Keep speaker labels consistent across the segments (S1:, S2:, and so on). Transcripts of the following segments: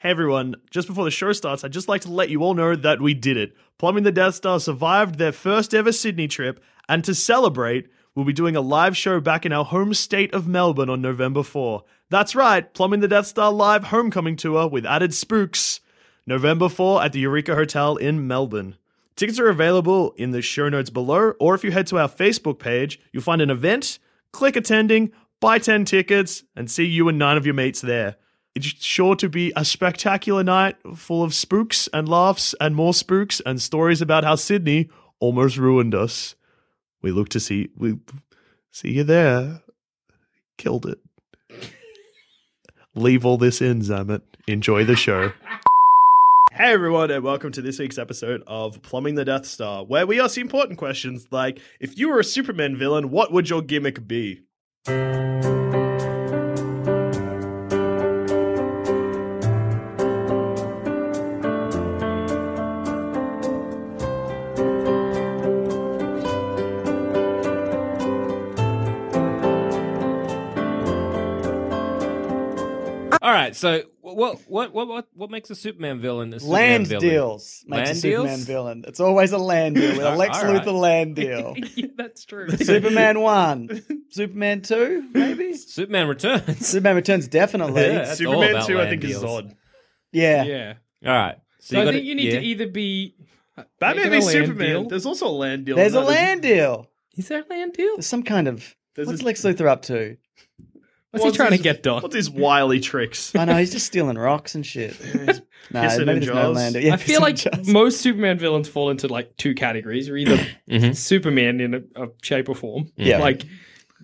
S1: Hey everyone, just before the show starts, I'd just like to let you all know that we did it. Plumbing the Death Star survived their first ever Sydney trip, and to celebrate, we'll be doing a live show back in our home state of Melbourne on November 4. That's right, Plumbing the Death Star Live Homecoming Tour with added spooks. November 4 at the Eureka Hotel in Melbourne. Tickets are available in the show notes below, or if you head to our Facebook page, you'll find an event, click attending, buy 10 tickets, and see you and nine of your mates there. It's sure to be a spectacular night full of spooks and laughs and more spooks and stories about how Sydney almost ruined us. We look to see we see you there. Killed it. Leave all this in, Zamet. Enjoy the show. Hey everyone, and welcome to this week's episode of Plumbing the Death Star, where we ask the important questions like if you were a Superman villain, what would your gimmick be?
S2: All right. So what what what what what makes a Superman villain a Superman
S3: land
S2: villain?
S3: deals makes
S2: Land
S3: a Superman
S2: deals?
S3: villain. It's always a land deal with a
S2: All
S3: Lex
S2: right.
S3: Luthor land deal.
S2: yeah, that's true.
S3: Superman one, Superman two, maybe.
S2: Superman returns.
S3: Superman Returns definitely.
S2: Yeah, that's all
S1: Superman
S2: about
S1: 2, I
S2: land
S1: think,
S2: deals.
S1: is Zod.
S3: Yeah.
S4: Yeah.
S2: All right.
S4: So, I
S2: gotta-
S4: think you need
S2: yeah.
S4: to either be
S1: Batman
S4: Making a
S1: v
S4: land
S1: Superman.
S4: deal?
S1: There's also a land deal.
S3: There's a
S1: in that, isn't
S3: land deal.
S4: Is there a land deal?
S3: There's some kind of.
S1: There's
S3: what's
S1: a-
S3: Lex Luthor up to?
S4: What's he trying to get
S1: there?
S4: done?
S1: What's his wily tricks?
S3: I know he's just stealing rocks and shit. no,
S1: pissing
S3: maybe
S1: in
S3: there's no
S1: jars.
S3: land deal. Yeah,
S4: I feel
S3: pissing
S4: like
S3: in jars.
S4: most Superman villains fall into like two categories. You're either
S2: Mhm.
S4: Superman in a, a shape or form,
S3: Yeah.
S4: like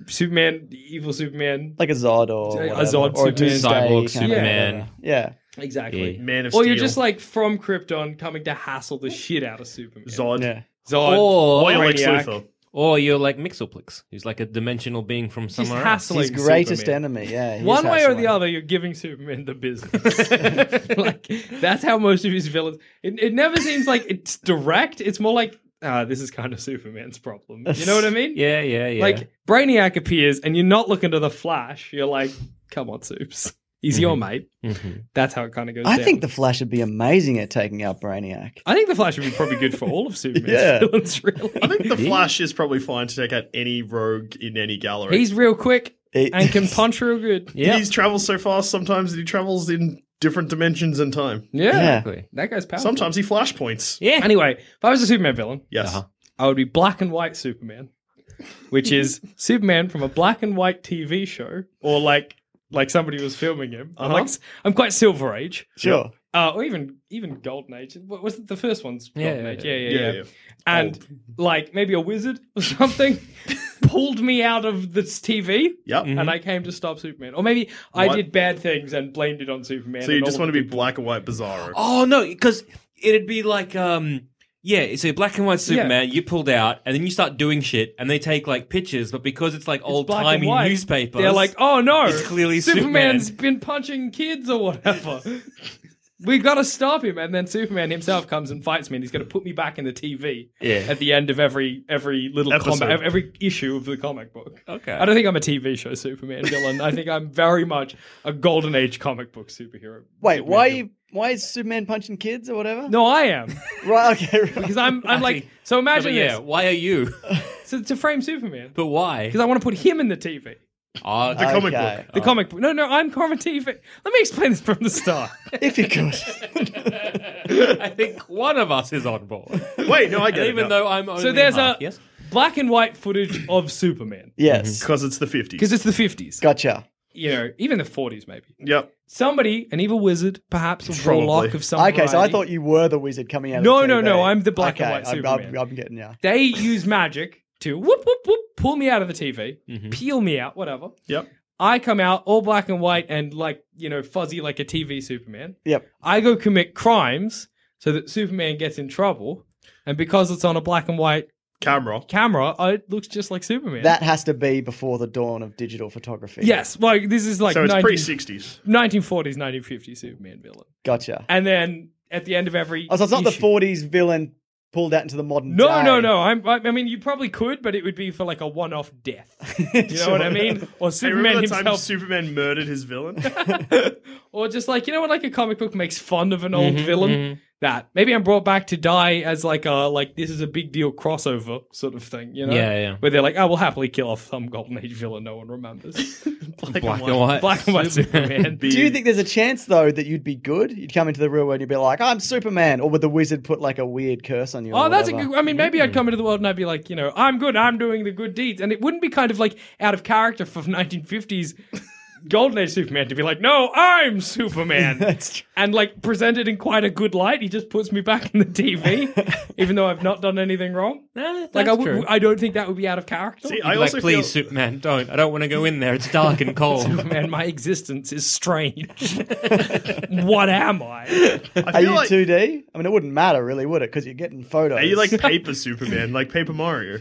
S4: Superman, evil Superman,
S3: like a Zod or
S4: A
S3: whatever,
S4: Zod
S3: or a
S4: Superman.
S3: Doomsday
S2: Cyborg
S3: kind of
S2: Superman.
S3: whatever. Yeah,
S4: exactly.
S1: Man of
S4: Or
S1: Steel.
S4: you're just like from Krypton, coming to hassle the shit out of Superman.
S1: Zod.
S3: yeah.
S4: Zod.
S2: or
S1: Or you're Lex
S4: Brainiac.
S1: Luthor.
S2: or you're like Mixelplix, who's like a dimensional being from
S4: He's
S2: somewhere else.
S4: hassling
S3: His greatest
S4: Superman.
S3: enemy. Yeah, he's
S4: One way or
S3: hassling.
S4: the other, you're giving Superman the business. like that's how most of his villains. It, it never seems like it's direct. It's more like ah, this is kind of Superman's problem. You know what I mean?
S2: Yeah, yeah, yeah.
S4: Like Brainiac appears, and you're not looking to the Flash. You're like, come on, Supes, he's your mate.
S2: Mhm.
S4: That's how it kind of goes.
S3: I
S4: down.
S3: think the Flash would be amazing at taking out Brainiac.
S4: I think the Flash would be probably good for all of Superman's
S3: Yeah.
S4: villains.
S1: I
S4: Really,
S1: think the Flash is probably fine to take out any rogue in any gallery.
S4: he's real quick
S3: It-
S4: and can punch real good.
S2: yeah.
S1: He's travels so fast sometimes that he travels in different dimensions and time.
S4: Yeah,
S3: Yeah.
S2: Exactly.
S4: that guy's powerful.
S1: Sometimes he flashpoints.
S2: Yeah.
S4: Anyway, if I was a Superman villain,
S1: Yes.
S2: Uh-huh.
S4: I would be black and white Superman, which is Superman from a black and white TV show, or like like somebody was filming him. I'm like
S2: Uh-huh.
S4: I'm quite Silver Age,
S3: Sure.
S4: uh, or even even Golden Age. What was it, the first one's Golden
S2: Yeah,
S4: Age? Yeah, yeah,
S1: Yeah,
S4: yeah.
S1: yeah.
S4: And like maybe a wizard or something pulled me out of this TV.
S1: Yep.
S2: Mm-hmm.
S4: And I came to stop Superman, or maybe I
S1: What?
S4: did bad things and blamed it on Superman.
S1: So you
S4: and
S1: just
S4: all
S1: want to
S4: the
S1: be
S3: Oh,
S4: people-
S1: black and white bizarro.
S2: Oh no, because it'd be like um Yeah, so black and white Superman, you pulled out, and then you start doing shit, and they take like pictures, but because it's like old
S4: black and
S2: timey
S4: white.
S2: newspapers,
S4: They're like, oh no,
S2: It's clearly
S4: Superman's
S2: Superman.
S4: been punching kids or whatever. we gotta stop him, and then Superman himself comes and fights me, and he's gonna put me back in the TV
S2: Yeah.
S4: at the end of every every little
S1: Episode.
S4: comic, every issue of the comic book.
S2: Okay.
S4: I don't think I'm a TV show Superman villain. I think I'm very much a golden age comic book superhero.
S3: Wait,
S4: Superman
S3: why are
S4: villain.
S3: you? Why is Superman punching kids or whatever?
S4: No, I am
S3: right. Okay. Right.
S4: because I'm I'm like so.
S2: Yeah,
S4: Imagine
S2: but yeah,
S4: this.
S2: why are you?
S4: So to frame Superman
S2: but why?
S4: because I want to put him in the TV.
S2: Oh, the
S3: comic Okay. book.
S4: The comic book. No, no, I'm comic TV. Let me explain this from the start.
S3: If you could.
S2: I think one of us is on board.
S1: Wait, no, I get
S2: And
S1: it.
S2: even though I'm only
S4: so there's
S2: half,
S4: a
S2: yes,
S4: black and white footage of Superman Mm-hmm.
S3: yes.
S1: because it's the 50s.
S4: because it's the 50s.
S3: Gotcha.
S4: You know, even the 40s maybe.
S1: Yep.
S4: Somebody, an evil wizard, perhaps a
S1: Probably.
S4: warlock of some
S3: Okay, so I
S4: variety,
S3: thought you were the wizard coming out.
S4: No,
S3: of
S4: no,
S3: TV.
S4: no, I'm the black and
S3: Okay,
S4: white
S3: I'm-
S4: Superman.
S3: I'm, I'm getting you.
S4: they use magic to whoop whoop whoop pull me out of the TV,
S3: Mm-hmm.
S4: peel me out, whatever.
S1: Yep.
S4: I come out all black and white and like you know fuzzy like a TV Superman.
S3: Yep.
S4: I go commit crimes so that Superman gets in trouble, and because it's on a black and white
S1: Camera.
S4: camera, I- it looks just like Superman.
S3: That has to be before the dawn of digital photography.
S4: yes, like this is like
S1: So it's
S4: 19
S1: pre 60s.
S4: 1940s, 1950s Superman villain,
S3: Gotcha.
S4: and then at the end of every
S3: Oh, so it's not
S4: issue-
S3: the 40s villain pulled out into the modern
S4: No,
S3: day.
S4: no, no. I'm, I, I mean, you probably could, but it would be for like a one-off death. You know what I mean? Or
S1: Hey, remember
S4: Superman
S1: the time
S4: himself,
S1: Superman murdered his villain?
S4: or just like you know what, like a comic book makes fun of an
S3: Mm-hmm,
S4: old villain. That maybe I'm brought back to die as like a like this is a big deal crossover sort of thing. You know?
S2: Yeah, yeah.
S4: Where they're like, oh, we'll happily kill off some golden age villain no one remembers.
S2: black, and white.
S4: Black and white Superman.
S3: Do you think there's a chance though that you'd be good? You'd come into the real world and you'd be like, "I'm Superman," or would the wizard put like a weird curse on you? or
S4: Oh, that's a
S3: whatever?
S4: good. I mean, maybe I'd come into the world and I'd be like, you know, I'm good. I'm doing the good deeds, and it wouldn't be kind of like out of character for 1950s Golden Age Superman to be like, no, I'm Superman,
S3: That's true.
S4: and like presented in quite a good light. He just puts me back in the TV, even though I've not done anything wrong. like I,
S2: that's
S4: would,
S2: true.
S4: I don't think that would be out of character.
S1: See,
S4: See,
S1: I
S2: like,
S1: also
S2: please,
S1: feel,
S2: Superman, don't. I don't want to go in there. It's dark and cold.
S4: Man, my existence is strange. what am I?
S1: I
S3: Are
S1: feel
S3: you
S1: like,
S3: 2D? I mean, it wouldn't matter really, would it? Because you're getting photos.
S1: Are you like paper Superman, like Paper Mario?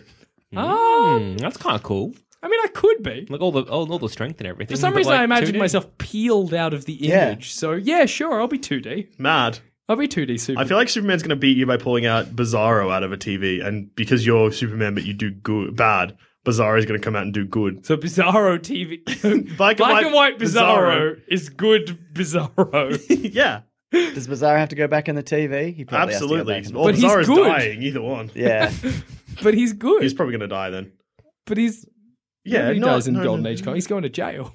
S4: Oh,
S2: Mm, that's kind of cool.
S4: I mean, I could be.
S2: Like all the all, all the strength and everything.
S4: For some
S2: but,
S4: reason,
S2: like,
S4: I imagined
S2: 2D.
S4: myself peeled out of the image.
S3: Yeah.
S4: So yeah, sure, I'll be 2D.
S1: Mad.
S4: I'll be 2D super.
S1: I feel like Superman's going to beat you by pulling out Bizarro out of a TV, and because you're Superman but you do good, bad, Bizarro's going to come out and do good.
S4: so Bizarro TV,
S1: Black and
S4: black,
S1: white
S4: and white Bizarro,
S1: Bizarro.
S4: is good Bizarro,
S1: Yeah,
S3: Does Bizarro have to go back in the TV? He probably has to go
S1: absolutely.
S3: back in the-
S1: Or
S4: But he's
S1: Bizarro's
S4: good.
S1: dying, either one.
S3: Yeah.
S4: but he's good.
S1: He's probably going to die then.
S4: but he's
S1: Yeah,
S4: he
S1: not-
S4: dies in
S1: no,
S4: Golden
S1: no,
S4: Age. Comic. He's going to jail.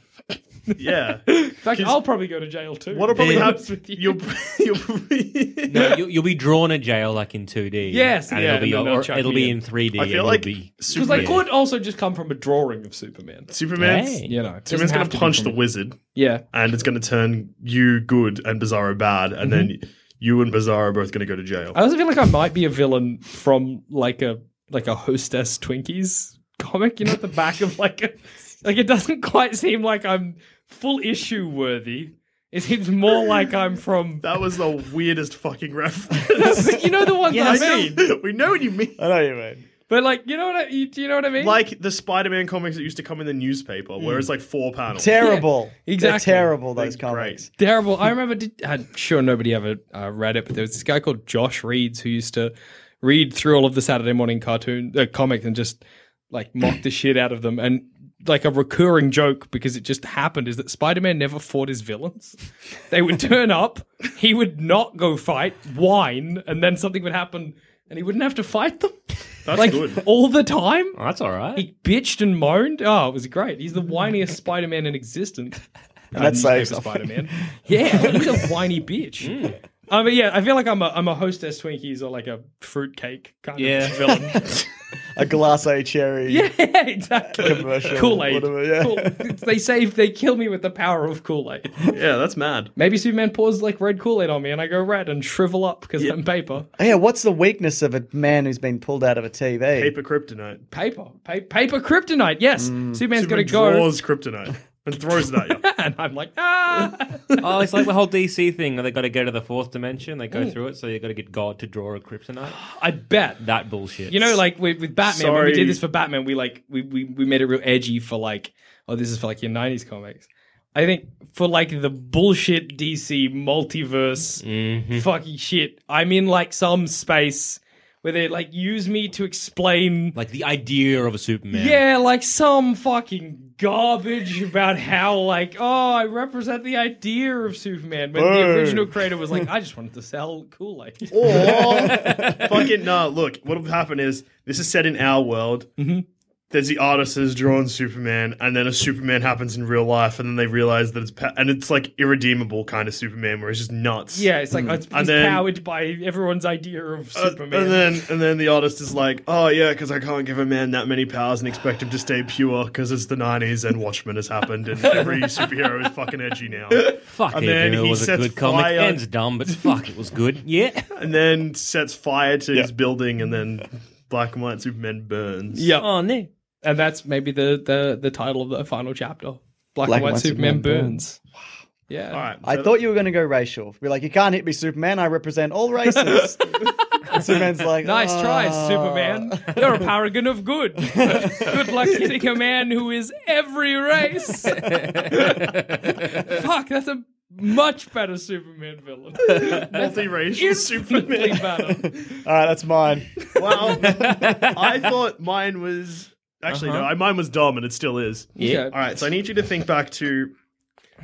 S1: Yeah.
S4: In fact, I'll probably go to jail too.
S1: What'll probably
S4: Yeah.
S1: happen
S4: With you.
S1: You'll, you'll,
S2: No, you, you'll be drawn to jail like in 2D.
S4: Yes,
S2: and
S4: yeah,
S2: it'll be,
S4: and then they'll
S2: or,
S4: chuck
S2: it'll
S4: me
S2: be
S4: in.
S2: in 3D.
S1: I feel
S2: and
S1: like
S2: it'll be
S4: Because they
S1: Superman.
S4: could also just come from a drawing of Superman.
S1: Superman's,
S2: Hey.
S4: You know, it doesn't
S1: Superman's going
S4: have
S1: to
S4: be
S1: punch
S4: from
S1: the
S4: a-
S1: wizard,
S4: Yeah,
S1: and it's going to turn you good and Bizarro bad, and then you and Bizarro are both going to go to jail.
S4: I also feel like I might be a villain from like a like a hostess Twinkies comic, you know, at the back of like a like it doesn't quite seem like I'm full issue worthy. It seems more like I'm from
S1: that was the weirdest fucking reference.
S4: you know the ones
S1: I
S4: I Uh, mean.
S1: mean, we know what you mean.
S3: I know you mean.
S4: But like you know what I you, do you know what I mean?
S1: Like the Spider-Man comics that used to come in the newspaper,
S4: Mm.
S1: where it's like four panels.
S3: Terrible.
S4: Yeah, exactly.
S3: They're terrible those
S1: They're great.
S3: comics.
S4: terrible. I remember. Did, I'm sure nobody ever uh, read it, but there was this guy called Josh Reeds who used to read through all of the Saturday morning cartoon uh, comics and just like mock the shit out of them. And like a recurring joke because it just happened is that Spider-Man never fought his villains. They would turn up, he would not go fight, whine, and then something would happen, and he wouldn't have to fight them.
S1: That's
S4: like
S1: good.
S4: all the time.
S2: Oh, that's all right.
S4: He bitched and moaned. Oh, it was great. He's the whiniest Spider-Man in existence.
S3: And that saves
S4: Spider-Man. yeah, he's a whiny bitch. I mean, yeah, I feel like I'm a I'm a hostess Twinkies or uh, like a fruitcake kind
S2: Yeah.
S4: of villain.
S3: a glass A cherry.
S4: yeah, exactly.
S3: Commercial,
S4: Kool Aid.
S3: whatever, yeah.
S4: They save. They kill me with the power of Kool Aid.
S1: Yeah, that's mad.
S4: Maybe Superman pours like red Kool Aid on me, and I go red and shrivel up because I'm paper.
S3: Oh, Yeah, what's the weakness of a man who's been pulled out of a TV?
S1: Paper kryptonite.
S4: Paper. Pa- paper kryptonite. Yes, Superman's
S1: Superman
S4: gonna go.
S1: draws kryptonite. and throws it at you.
S4: and I'm like, ah.
S2: Oh, it's like the whole DC thing. where They got to go to the fourth dimension. They go through it, so you got to get God to draw a kryptonite.
S4: I bet that.
S2: That bullshit.
S4: You know, like with, with Batman, when we
S1: Sorry.
S4: did this for Batman, we like we, we we made it real edgy for like, oh, this is for like your '90s comics. I think for like the bullshit DC multiverse
S1: Mm-hmm.
S4: fucking shit, I'm in like some space where they like use me to explain.
S2: like the idea of a Superman.
S4: Yeah, like some fucking garbage about how like oh I represent the idea of Superman, but the
S1: Burn.
S4: original creator was like I just wanted to sell Kool Aid.
S1: Or fucking no. Look, what will happen is this is set in our world.
S4: Mm-hmm.
S1: There's the artist who's drawn Superman, and then a Superman happens in real life, and then they realize that it's pa- and it's like irredeemable kind of Superman where it's just nuts.
S4: Yeah, it's like oh, it's,
S1: And
S4: it's
S1: then-
S4: powered by everyone's idea of
S1: Uh,
S4: Superman.
S1: and then and then the artist is like, oh yeah, because I can't give a man that many powers and expect him to stay pure because it's the '90s and Watchmen has happened and every superhero is fucking edgy now.
S2: Fuck
S1: And
S2: it.
S1: then
S2: it
S1: he
S2: was a
S1: sets
S2: good comic.
S1: fire-
S2: Ends dumb, but fuck, it was good. Yeah.
S1: And then sets fire to his building, and then black and white Superman burns.
S4: yeah,
S2: Oh no.
S4: and that's maybe the, the the title of the final chapter. Black, and White, Superman, burns. Yeah,
S1: All right.
S3: I
S1: so
S3: thought you were going to go racial. Be like, you can't hit me, Superman. I represent all races. And Superman's like,
S4: nice try,
S3: "Ah."
S4: Superman. You're a paragon of good. good luck hitting a man who is every race. Fuck, that's a much better Superman villain.
S1: multiracial
S4: Infinitely
S1: Superman.
S4: better.
S3: All right, that's mine.
S1: Wow. I thought mine was actually
S2: Uh-huh.
S1: no, I mine was dumb, and it still is.
S4: Yeah.
S1: All right, so I need you to think back to.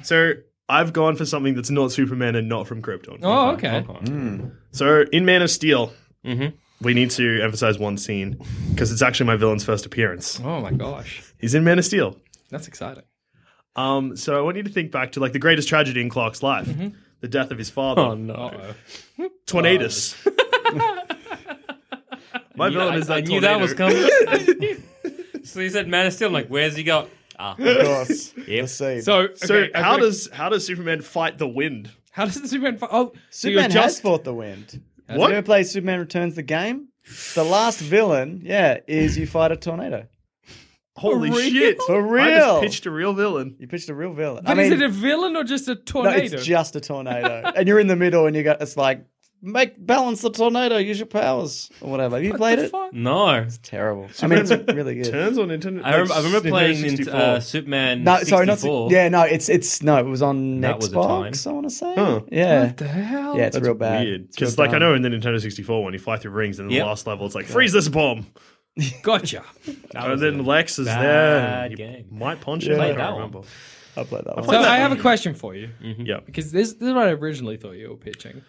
S1: So I've gone for something that's not Superman and not from Krypton.
S4: Oh, okay.
S1: So in Man of Steel,
S2: Mm-hmm.
S1: we need to emphasize one scene because it's actually my villain's first appearance.
S4: Oh my gosh,
S1: He's in Man of Steel.
S4: that's exciting.
S1: Um, so I want you to think back to like the greatest tragedy in Clark's life,
S4: Mm-hmm.
S1: the death of his father,
S2: Oh,
S4: Uh-oh.
S1: Tornadoes. my villain
S2: I,
S1: is that
S2: I knew
S1: tornado.
S2: that was coming. so he said, "Man of Steel." I'm like, where's he go? Ah,
S3: Of course.
S2: Yep.
S3: The scene.
S4: So, okay,
S1: So
S4: I've
S1: how
S4: got-
S1: does how does Superman fight the wind?
S4: how does the Superman? fi- Oh, so you're
S3: Superman has
S4: just
S3: fought the wind.
S1: What?
S3: What? You ever play Superman Returns the game? The last villain, yeah, is you fight a tornado.
S1: Holy
S4: real?
S1: shit!
S3: For
S1: I just
S3: real?
S1: pitched a real villain.
S3: You pitched a real villain.
S4: But
S3: I
S4: is
S3: mean,
S4: it a villain or just a
S3: no,
S4: tornado?
S3: it's just a tornado, and you're in the middle, and you got it's like make balance the tornado, use your powers or whatever. Have you played
S4: the
S3: it?
S4: fuck?
S2: no.
S3: Terrible. I mean, it's really good.
S1: Turns on Nintendo.
S2: I, rem- I remember
S1: Nintendo
S2: playing in,
S1: 64.
S2: uh, Superman.
S3: No,
S2: 64.
S3: sorry, not si- yeah, no, it's it's no, it was on
S2: That was a time.
S3: Xbox. I want to say,
S1: Huh.
S3: yeah,
S4: The hell?
S3: yeah, it's real bad.
S1: Weird, because like I know in the Nintendo 64 when you fly through rings and in
S2: Yep.
S1: the last level it's like freeze this bomb,
S4: Gotcha.
S1: and then Lex is there. and
S2: Bad
S1: you
S2: game.
S1: Might punch him. I
S2: Played
S1: don't
S2: that one.
S1: remember.
S3: I played that one.
S4: So I have a question for you
S1: Yeah.
S4: because this, this is what I originally thought you were pitching.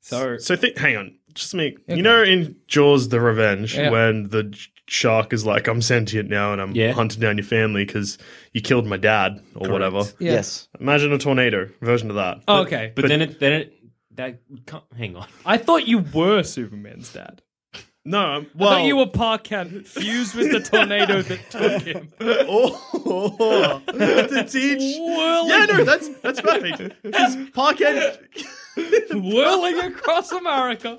S4: So
S1: So think. Hang on. Just me. You know in Jaws: The Revenge
S4: Yeah.
S1: when the j- shark is like, "I'm sentient now and I'm
S2: Yeah.
S1: hunting down your family because you killed my dad or whatever."
S4: yeah.
S3: Yes,
S1: Imagine a tornado version of that.
S4: Oh, okay.
S2: But, then it then it that can't, hang on.
S4: I thought you were Superman's dad.
S1: no. um, I'm-
S4: I
S1: Well,
S2: Oh.
S4: thought you were Parkan fused with the tornado that took him.
S1: Oh, to teach. Yeah, no, that's that's perfect. Because Parkhead,
S4: Whirling across America.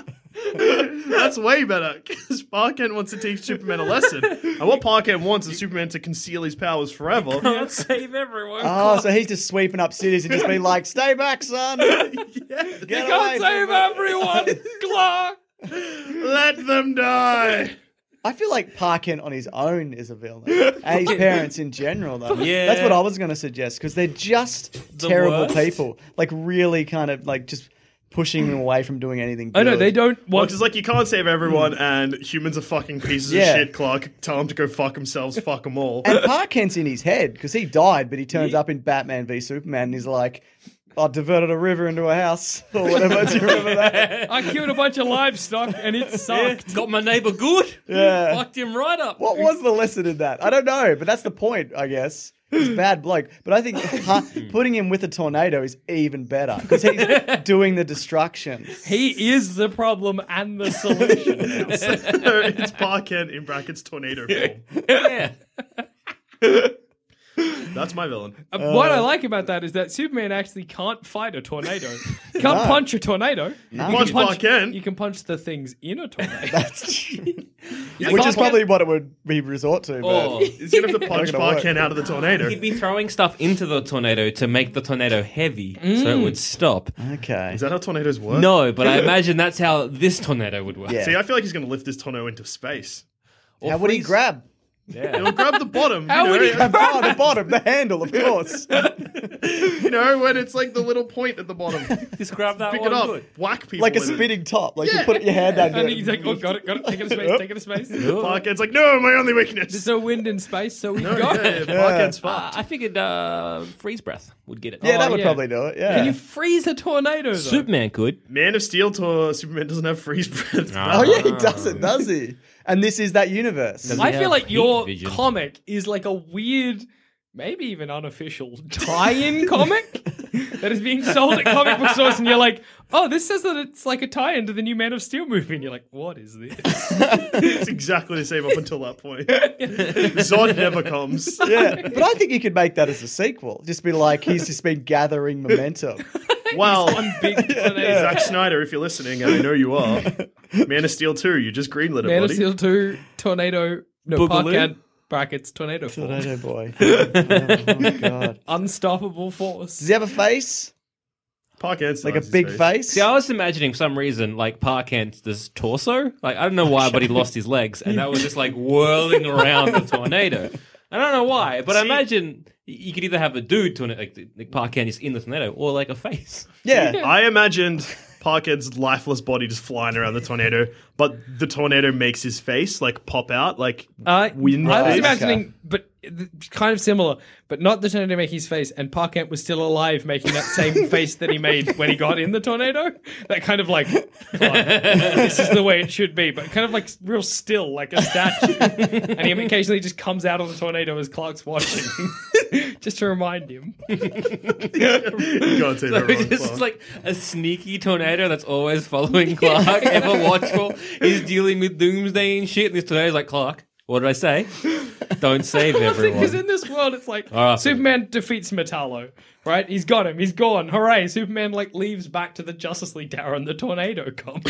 S1: that's way better. Because Parkhead wants to teach Superman a lesson, and what Parkhead wants is Superman to conceal his powers forever.
S4: Save everyone.
S3: Oh, so he's just sweeping up cities and just being like, "Stay back, son! Get away!"
S4: God
S3: from
S4: save
S3: me."
S4: everyone. Clark.
S1: Let them die.
S3: I feel like Parkin on his own is a villain, and his parents in general, though.
S2: Yeah.
S3: that's what I was going to suggest because they're just terrible
S2: worst.
S3: people. Like, really, kind of like just pushing them away from doing anything. Good.
S4: I know they don't
S1: Well,
S4: want
S1: it's like you can't save everyone, and humans are fucking pieces
S3: Yeah.
S1: of shit. Clark, tell them to go fuck themselves. Fuck them all.
S3: And Parkin's in his head because he died, but he turns up in Batman v Superman and he's like, I diverted a river into a house or whatever. Do you remember that?
S4: I killed a bunch of livestock and it sucked.
S2: Got my neighbor good.
S3: Yeah.
S2: Fucked him right up.
S3: What was the lesson in that? I don't know, but that's the point, I guess. He's a bad bloke. But I think ha- putting him with a tornado is even better because he's doing the destruction.
S4: He is the problem and the solution. now.
S1: it's Parkhead in brackets tornado. Form.
S2: Yeah.
S1: That's my villain.
S4: Uh, what
S1: Uh,
S4: I like about that is that Superman actually can't fight a tornado. Can't punch a tornado.
S1: Punch
S4: punch-
S1: Parkhead.
S4: You can punch the things in a tornado.
S3: That's which is probably what it would be resort
S2: Or
S3: to.
S4: Oh.
S3: But
S1: He's gonna have to punch
S3: Not gonna
S1: Barkan out of the tornado.
S2: he'd be throwing stuff into the tornado to make the tornado heavy so
S4: Mm.
S2: it would stop.
S3: okay,
S1: Is that how tornadoes work?
S2: No, but I imagine that's how this tornado would work.
S3: Yeah.
S1: See, I feel like he's gonna lift this tornado into space.
S2: Or
S3: how would he
S2: freeze-
S3: grab?
S1: He'll grab the bottom.
S2: How
S1: you know,
S2: would he grab-
S3: Oh, the bottom, the handle, of course.
S1: You know when it's like the little point at the bottom. Pick
S2: Just grab that
S1: it
S2: one
S1: up,
S2: good.
S1: whack people.
S3: like a
S1: with it.
S3: spinning top. Like you put your hand out.
S4: And
S3: do
S4: he's
S3: it.
S4: like, oh, got it, got it. Take it to space. Take it to space.
S1: Barkan's like, no, my only
S4: There's
S1: weakness.
S4: no wind in space, so we
S1: No,
S4: got
S1: yeah,
S4: it.
S1: yeah, Barkan's
S2: Uh, I figured uh, freeze breath would get it.
S3: Yeah, that
S4: Oh,
S3: would
S4: yeah.
S3: probably do it. Yeah.
S4: Can you freeze a tornado? Though?
S2: Superman could.
S1: Man of Steel to Superman doesn't have freeze breath.
S3: oh yeah,
S1: Ah.
S3: he does it, does he? And this is that universe.
S2: Does-
S4: I
S2: Yeah,
S4: feel like
S2: heat
S4: your
S2: vision.
S4: comic is like a weird, maybe even unofficial tie-in comic that is being sold at comic book stores, and you're like, "Oh, this says that it's like a tie-in to the new Man of Steel movie," and you're like, "What is this?"
S1: It's exactly the same up until that point. Zod never comes.
S3: Yeah, but I think you could make that as a sequel. Just be like, he's just been gathering momentum.
S1: Well,
S4: Big tornado.
S1: Zack Snyder, if you're listening, and I know you are, Man of Steel 2, you just greenlit it,
S4: Man of
S1: buddy.
S4: Steel Two Tornado No
S2: Boogaloo?
S4: Parkhead brackets Tornado Force
S3: Tornado boy. oh my god.
S4: Unstoppable
S3: Does
S4: Force.
S3: he have a face?
S1: Parkhead's
S3: Like a
S1: nice,
S3: big
S1: his
S3: face?
S2: See, I was imagining for some reason like Parkant's this torso. Like I don't know why, but he lost his legs, and that was just like whirling around the tornado. I don't know why, but I imagine y- you could either have a dude to like, like Parkant is in the tornado, or like a face.
S3: Yeah.
S1: I imagined Parkhead's lifeless body just flying around the tornado, but the tornado makes his face like pop out, like
S4: Uh,
S1: wind
S4: I was
S1: face.
S4: imagining, but th- kind of similar, but not the tornado make his face, and Parkant was still alive making that same face that he made when he got in the tornado. That kind of like, "God, this is the way it should be, but kind of like real still, like a statue. and he occasionally just comes out of the tornado as Clark's watching, just to remind him.
S1: you can't say that wrong.
S2: It's just
S1: Clark.
S2: like a sneaky tornado that's always following Clark, ever watchful. He's dealing with doomsday and shit, and this tornado's like, Clark, what did I say? Don't save
S4: Because
S2: everyone.
S4: in this world, it's like
S2: All right.
S4: Superman defeats Metallo, right? He's got him. He's gone. Hooray! Superman like leaves back to the Justice League Tower, and the tornado comes.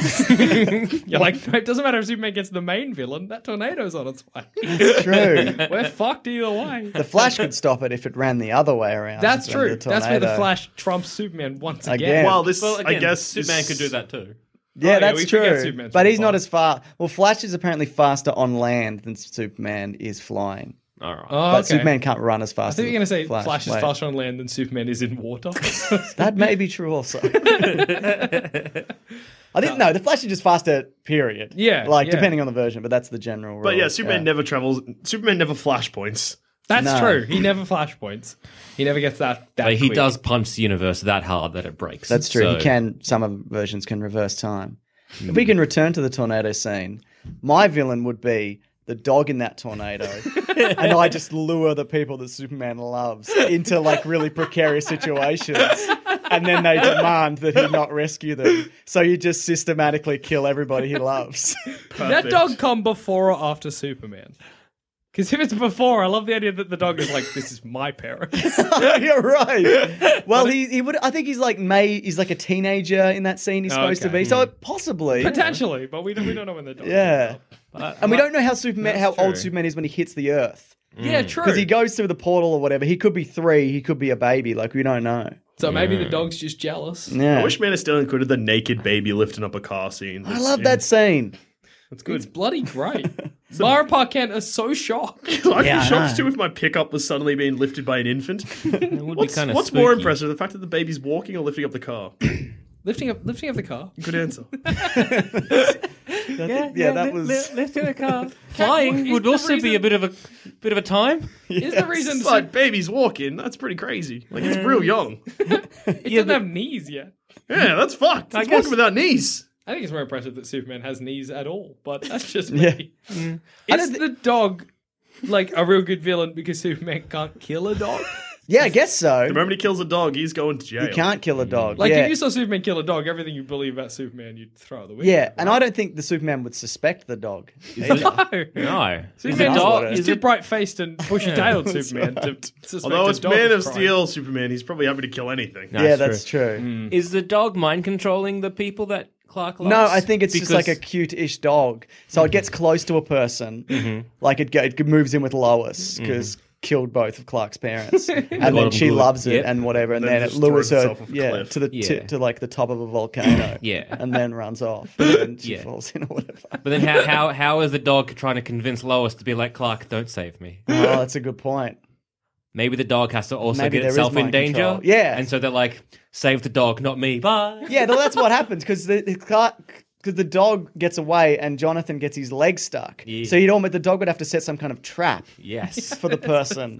S4: You're like, no, it doesn't matter if Superman gets the main villain. That tornado's on its way.
S3: True.
S4: We're fucked either way.
S3: The Flash could stop it if it ran the other way around.
S4: That's
S3: than
S4: true.
S3: the
S4: That's where the
S3: tornado.
S4: Flash trumps Superman once again.
S3: Again.
S1: well, this
S2: Well, again,
S1: I guess
S2: Superman
S1: is-
S2: could do that too.
S3: Yeah,
S4: Oh, yeah,
S3: that's
S4: we forget
S3: true.
S4: Superman's
S3: But
S4: on
S3: he's not
S4: fire.
S3: as far. Well, Flash is apparently faster on land than Superman is flying.
S2: All right.
S4: Oh,
S3: But
S4: okay.
S3: Superman can't run as
S4: I
S3: fast.
S4: think
S3: as
S4: you're gonna say
S3: Flash,
S4: Flash, is
S3: Wait.
S4: faster on land than Superman is in water.
S3: That may be true also. I think no, the Flash is just faster. Period.
S4: Yeah,
S3: like
S4: yeah.
S3: depending on the version, but that's the general rule.
S1: But yeah, Superman never travels. Superman never flashpoints.
S4: That's
S3: No.
S4: true. He never flashpoints. He never gets that. that
S2: But he
S4: quick.
S2: does punch the universe that hard that it breaks.
S3: That's true.
S2: So-
S3: He can. Some of versions can reverse time. If we can return to the tornado scene, my villain would be the dog in that tornado, and I just lure the people that Superman loves into like really precarious situations, and then they demand that he not rescue them. So you just systematically kill everybody he loves.
S4: Did that dog come before or after Superman? Because if it's before, I love the idea that the dog is like, "This is my parents."
S3: You're right. Well, he, he would. I think he's like May. He's like a teenager in that scene. He's supposed to
S4: Okay.
S3: be. So it possibly.
S4: potentially, but we don't, we don't know when the dog.
S3: Yeah. and we don't know how Superman, how old
S2: true.
S3: Superman is when he hits the Earth.
S4: yeah, true.
S3: Because Mm. he goes through the portal or whatever. He could be three. He could be a baby. Like we don't know.
S4: so maybe the dog's just jealous.
S1: I
S3: Yeah.
S1: wish Man of Steel included the naked baby lifting up a car scene.
S3: I love that scene.
S1: That's
S4: It's
S1: good.
S4: bloody great. Mara Parkant is so shocked.
S1: I'd
S3: Yeah, I
S1: be shocked
S3: know.
S1: too if my pickup was suddenly being lifted by an infant.
S2: It would
S1: What's,
S2: be kind of
S1: what's more impressive, the fact that the baby's walking or lifting up the car?
S4: lifting up, lifting up the car.
S1: Good answer.
S3: Yeah, that was.
S2: lifting a car. Flying would also be a bit of a bit of a time.
S4: Is the reason
S1: It's
S4: Sup-
S1: like babies walking. That's pretty crazy. Like it's
S2: Mm.
S1: real young.
S4: it doesn't have knees yet?
S1: Yeah, that's fucked. It's walking without knees.
S4: I think it's more impressive that Superman has knees at all, but that's just
S3: Yeah.
S4: me. Is the dog like a real good villain because Superman can't kill a dog?
S3: Yeah, I guess so.
S1: The moment he kills a dog, he's going to jail.
S3: You can't kill a dog.
S4: Like
S3: yeah.
S4: if you saw Superman kill a dog, everything you believe about Superman, you'd throw out the window.
S3: yeah, and I don't think the Superman would suspect the dog.
S4: No.
S2: No. Is
S4: Superman
S3: a dog-
S4: He's
S3: is
S4: too bright faced and bushy tailed Superman to suspect
S1: Although
S4: a
S1: it's
S4: dog
S1: Man
S4: is
S1: of
S4: crying.
S1: Steel, Superman, he's probably happy to kill anything.
S3: yeah, that's true.
S2: Is the dog mind controlling the people that Clark likes?
S3: No, I think it's just like a
S2: Because- Mm-hmm.
S3: cute-ish dog. So it gets close to a person, like it, go- it moves in with Lois
S2: Mm-hmm.
S3: because killed both of Clark's parents, and then
S2: him
S3: she
S2: good.
S3: loves it
S2: Yep.
S3: and whatever, and
S1: Then
S3: then, it
S1: just throws
S3: lures her
S1: herself off a
S3: yeah
S1: cliff.
S3: to the To,
S2: Yeah.
S3: to like the top of a volcano,
S2: Yeah.
S3: and then runs off, and then she
S2: Yeah.
S3: falls in or whatever.
S2: But then how, how how is the dog trying to convince Lois to be like Clark? Don't save me.
S3: Oh, that's a good point.
S2: Maybe the dog has to also
S3: Maybe
S2: get
S3: there is
S2: itself in
S3: mind
S2: danger.
S3: control. Yeah.
S2: and so they're like, save the dog, not me. Bye.
S3: Yeah, no, that's what happens because the the Clark. Because the dog gets away and Jonathan gets his leg stuck,
S2: Yeah.
S3: so you'd almost the dog would have to set some kind of trap
S2: Yes.
S3: for the person.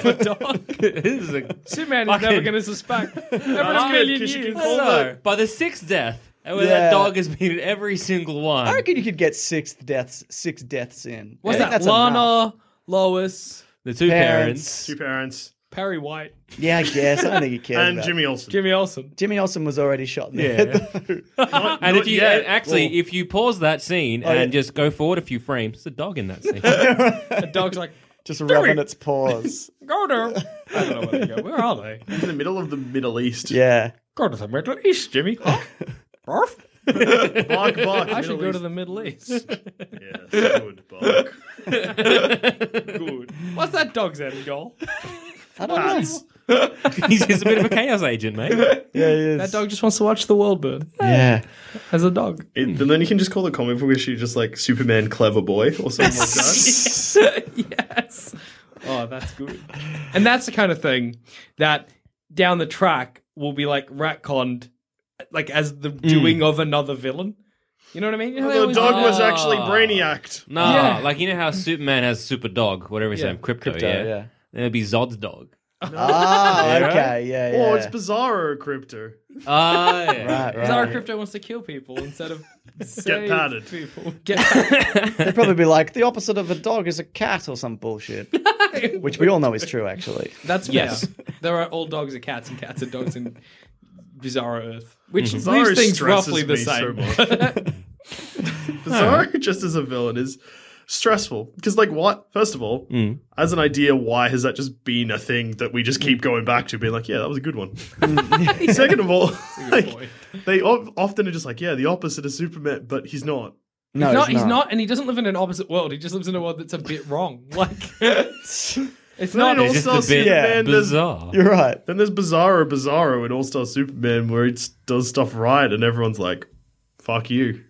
S2: This is a-
S4: Superman is
S2: Fucking-
S4: never going to suspect. Every
S1: Iron Man,
S4: million
S1: 'cause you
S4: years.
S1: can
S2: I don't know. By the sixth death, and where
S3: Yeah.
S2: that dog has been in every single one.
S3: I reckon you could get six deaths, six deaths in.
S4: What's
S3: I think
S4: that?
S3: that's
S4: Lana,
S3: enough.
S4: Lois,
S2: the two parents.
S1: Two parents
S4: Perry White,
S3: Yeah, I guess. I don't think you cared.
S1: and
S3: about it.
S1: Jimmy Olsen.
S4: Jimmy Olsen.
S3: Jimmy Olsen was already shot. In the yeah.
S2: And if you
S1: yet.
S2: and actually, if you pause that scene and just go forward a few frames, there's a dog in that scene.
S4: The dog's like,
S3: just rubbing its paws.
S4: go to. I don't know where they go. Where are they?
S1: in the middle of the Middle East.
S3: Yeah.
S4: Go to the Middle East, Jimmy. Huh? Barf?
S1: Bark, bark.
S4: I
S1: Middle
S4: should go
S1: East.
S4: to the Middle East.
S1: Yes, good bark.
S4: Good. What's that dog's end goal?
S3: I don't know.
S2: he's, he's a bit of a chaos agent, mate.
S3: Yeah, it is.
S4: That dog just wants to watch the world burn
S3: Yeah.
S4: as a dog.
S1: It, then you can just call the comic book issue just like Superman Clever Boy or something like that.
S4: yes. Oh, that's good. And that's the kind of thing that down the track will be like retconned, like as
S2: Mm.
S4: the doing of another villain. You know what I mean? You know, they
S1: The
S4: always-
S1: dog was
S2: Ah.
S1: actually Brainiac.
S2: No,
S4: Yeah.
S2: like you know how Superman has Super Dog, whatever his
S4: Yeah.
S2: name, Crypto,
S3: Crypto,
S2: yeah.
S3: yeah.
S2: Then it'd be Zod's dog.
S3: Ah, okay. Yeah, yeah.
S1: Oh, it's Bizarro Crypto.
S2: Ah, yeah.
S3: Right, right.
S4: Zara Crypto wants to kill people instead of save
S1: patted.
S4: people. Get patted.
S3: They'd probably be like, the opposite of a dog is a cat or some bullshit. Which we all know is true, actually.
S4: That's fair.
S2: Yes.
S4: There are all dogs are cats and cats are dogs in Bizarro Earth,
S2: Mm-hmm.
S4: which
S1: Bizarro
S4: leaves things
S1: stresses
S4: roughly the
S1: me so
S4: same.
S1: much. Bizarro, just as a villain, is stressful because, like, what? First of all,
S2: Mm.
S1: as an idea, why has that just been a thing that we just keep going back to, being like, yeah, that was a good one. Second of all, like,
S4: point.
S1: they o- often are just like, yeah, the opposite of Superman, but he's not.
S3: No,
S4: No,
S3: it's
S4: he's not. and he doesn't live in an opposite world. He just lives in a world that's a bit wrong. Like, it's
S1: Then
S4: not.
S1: in All
S2: It's
S1: Star
S2: just a bit
S1: Superman, there's
S2: bizarre.
S3: You're right.
S1: Then there's Bizarro Bizarro in All Star Superman where he s- does stuff right and everyone's like, fuck you.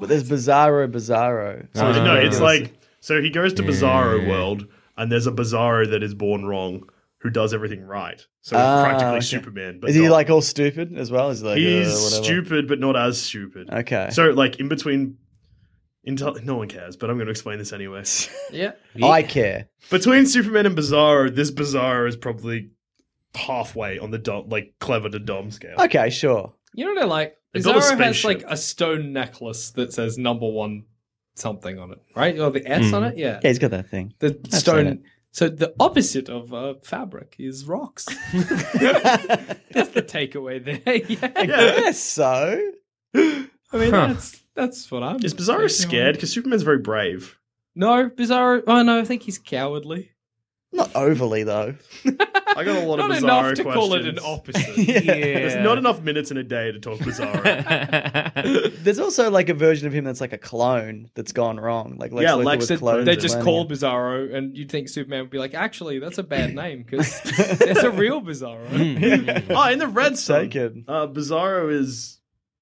S3: But there's Bizarro Bizarro. So
S4: Uh-huh.
S1: no, it's like, so he goes to Bizarro World and there's a Bizarro that is born wrong who does everything right. So he's
S3: Ah,
S1: practically
S3: okay.
S1: Superman. But
S3: Is he
S1: not.
S3: like all stupid as well? Is he like uh,
S1: He's
S3: whatever?
S1: stupid, but not as stupid.
S3: Okay.
S1: So, like, in between. Intel- no one cares, but I'm going to explain this anyway.
S4: Yeah.
S3: I care.
S1: Between Superman and Bizarro, this Bizarro is probably halfway on the dumb, like clever to dumb scale.
S3: Okay, sure.
S4: You know what I like?
S1: They built a
S4: Bizarro has
S1: spaceship.
S4: like a stone necklace that says number one something on it, right? Or the S on it? Yeah.
S3: Yeah, he's got that thing.
S4: The
S3: seen it.
S4: stone. So the opposite of uh, fabric is rocks. that's the takeaway there. Yeah.
S3: Yes, so.
S4: I mean,
S2: Huh.
S4: that's that's what I'm.
S1: Is Bizarro scared? Because Superman's very brave.
S4: No, Bizarro. Oh no, I think he's cowardly.
S3: Not overly though.
S1: I got a lot
S4: Not
S1: of bizarre
S4: enough to
S1: questions.
S4: call it an opposite.
S2: Yeah.
S1: There's not enough minutes in a day to talk Bizarro.
S3: There's also like a version of him that's like a clone that's gone wrong. Like Lex
S1: Yeah,
S3: Luthor
S1: Lex
S3: was
S1: did-
S3: cloned
S4: They
S1: Bizarro.
S4: just
S3: cloning
S4: call
S3: him.
S4: Bizarro, and you'd think Superman would be like, actually, that's a bad name because that's a real Bizarro.
S1: oh, in the Red Sun,
S3: taken.
S1: uh, Bizarro is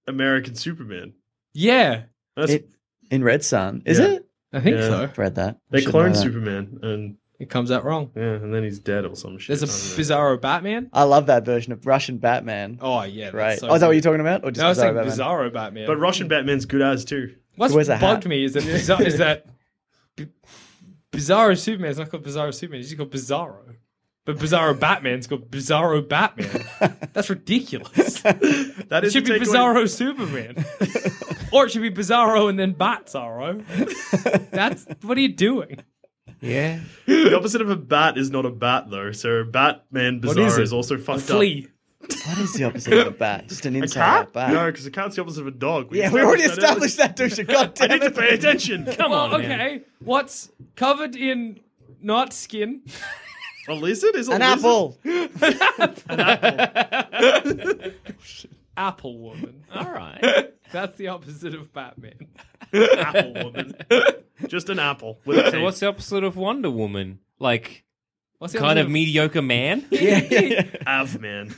S1: American Superman.
S4: yeah,
S1: That's,
S3: It- in Red Sun. Is
S1: Yeah.
S3: it?
S4: I think
S1: Yeah.
S4: so.
S3: Read that.
S1: they
S3: Should know
S1: cloned
S3: that.
S1: Superman, and
S4: It comes out wrong.
S1: yeah, and then he's dead or some shit.
S4: There's a
S1: I don't know.
S4: Bizarro Batman.
S3: I love that version of Russian Batman.
S4: Oh yeah,
S3: right.
S4: that's so
S3: oh, is that what
S4: good.
S3: you're talking about? Or just
S4: No, I was
S3: Bizarro
S4: saying
S3: Batman?
S4: Bizarro Batman.
S1: But Russian Batman's good as too.
S4: what's
S3: Where's the
S4: bugged
S3: hat?
S4: me is that Bizarro, is that B- Bizarro Superman is not called Bizarro Superman. He's just called Bizarro. But Bizarro Batman's called Bizarro Batman. That's ridiculous.
S1: That
S4: It
S1: is
S4: should
S1: the
S4: be
S1: takeaway.
S4: Bizarro Superman. or it should be Bizarro and then Batzarro. That's what are you doing?
S2: yeah.
S1: The opposite of a bat is not a bat though. So Batman
S4: What is
S1: Bizarro
S4: it?
S1: is also fucked
S4: Flea.
S3: What is the opposite of a bat? Just an
S1: up. A
S3: inside
S1: cat?
S3: out bat.
S1: No, because a cat's the opposite of a dog.
S3: yeah, we already established
S1: that.
S3: that, douche. God
S1: earlier.
S3: damn
S1: I need to pay
S3: it.
S1: attention. Come
S4: Well,
S1: on,
S4: okay.
S1: man.
S4: What's covered in not skin?
S1: A lizard is a
S3: An
S1: lizard?
S3: apple.
S5: Apple Woman.
S2: All right.
S5: That's the opposite of Batman. Apple Woman.
S1: Just an apple. With a
S2: so
S1: teeth.
S2: what's the opposite of Wonder Woman? Like
S5: What's the
S2: kind
S5: opposite
S2: of mediocre man?
S1: Av man?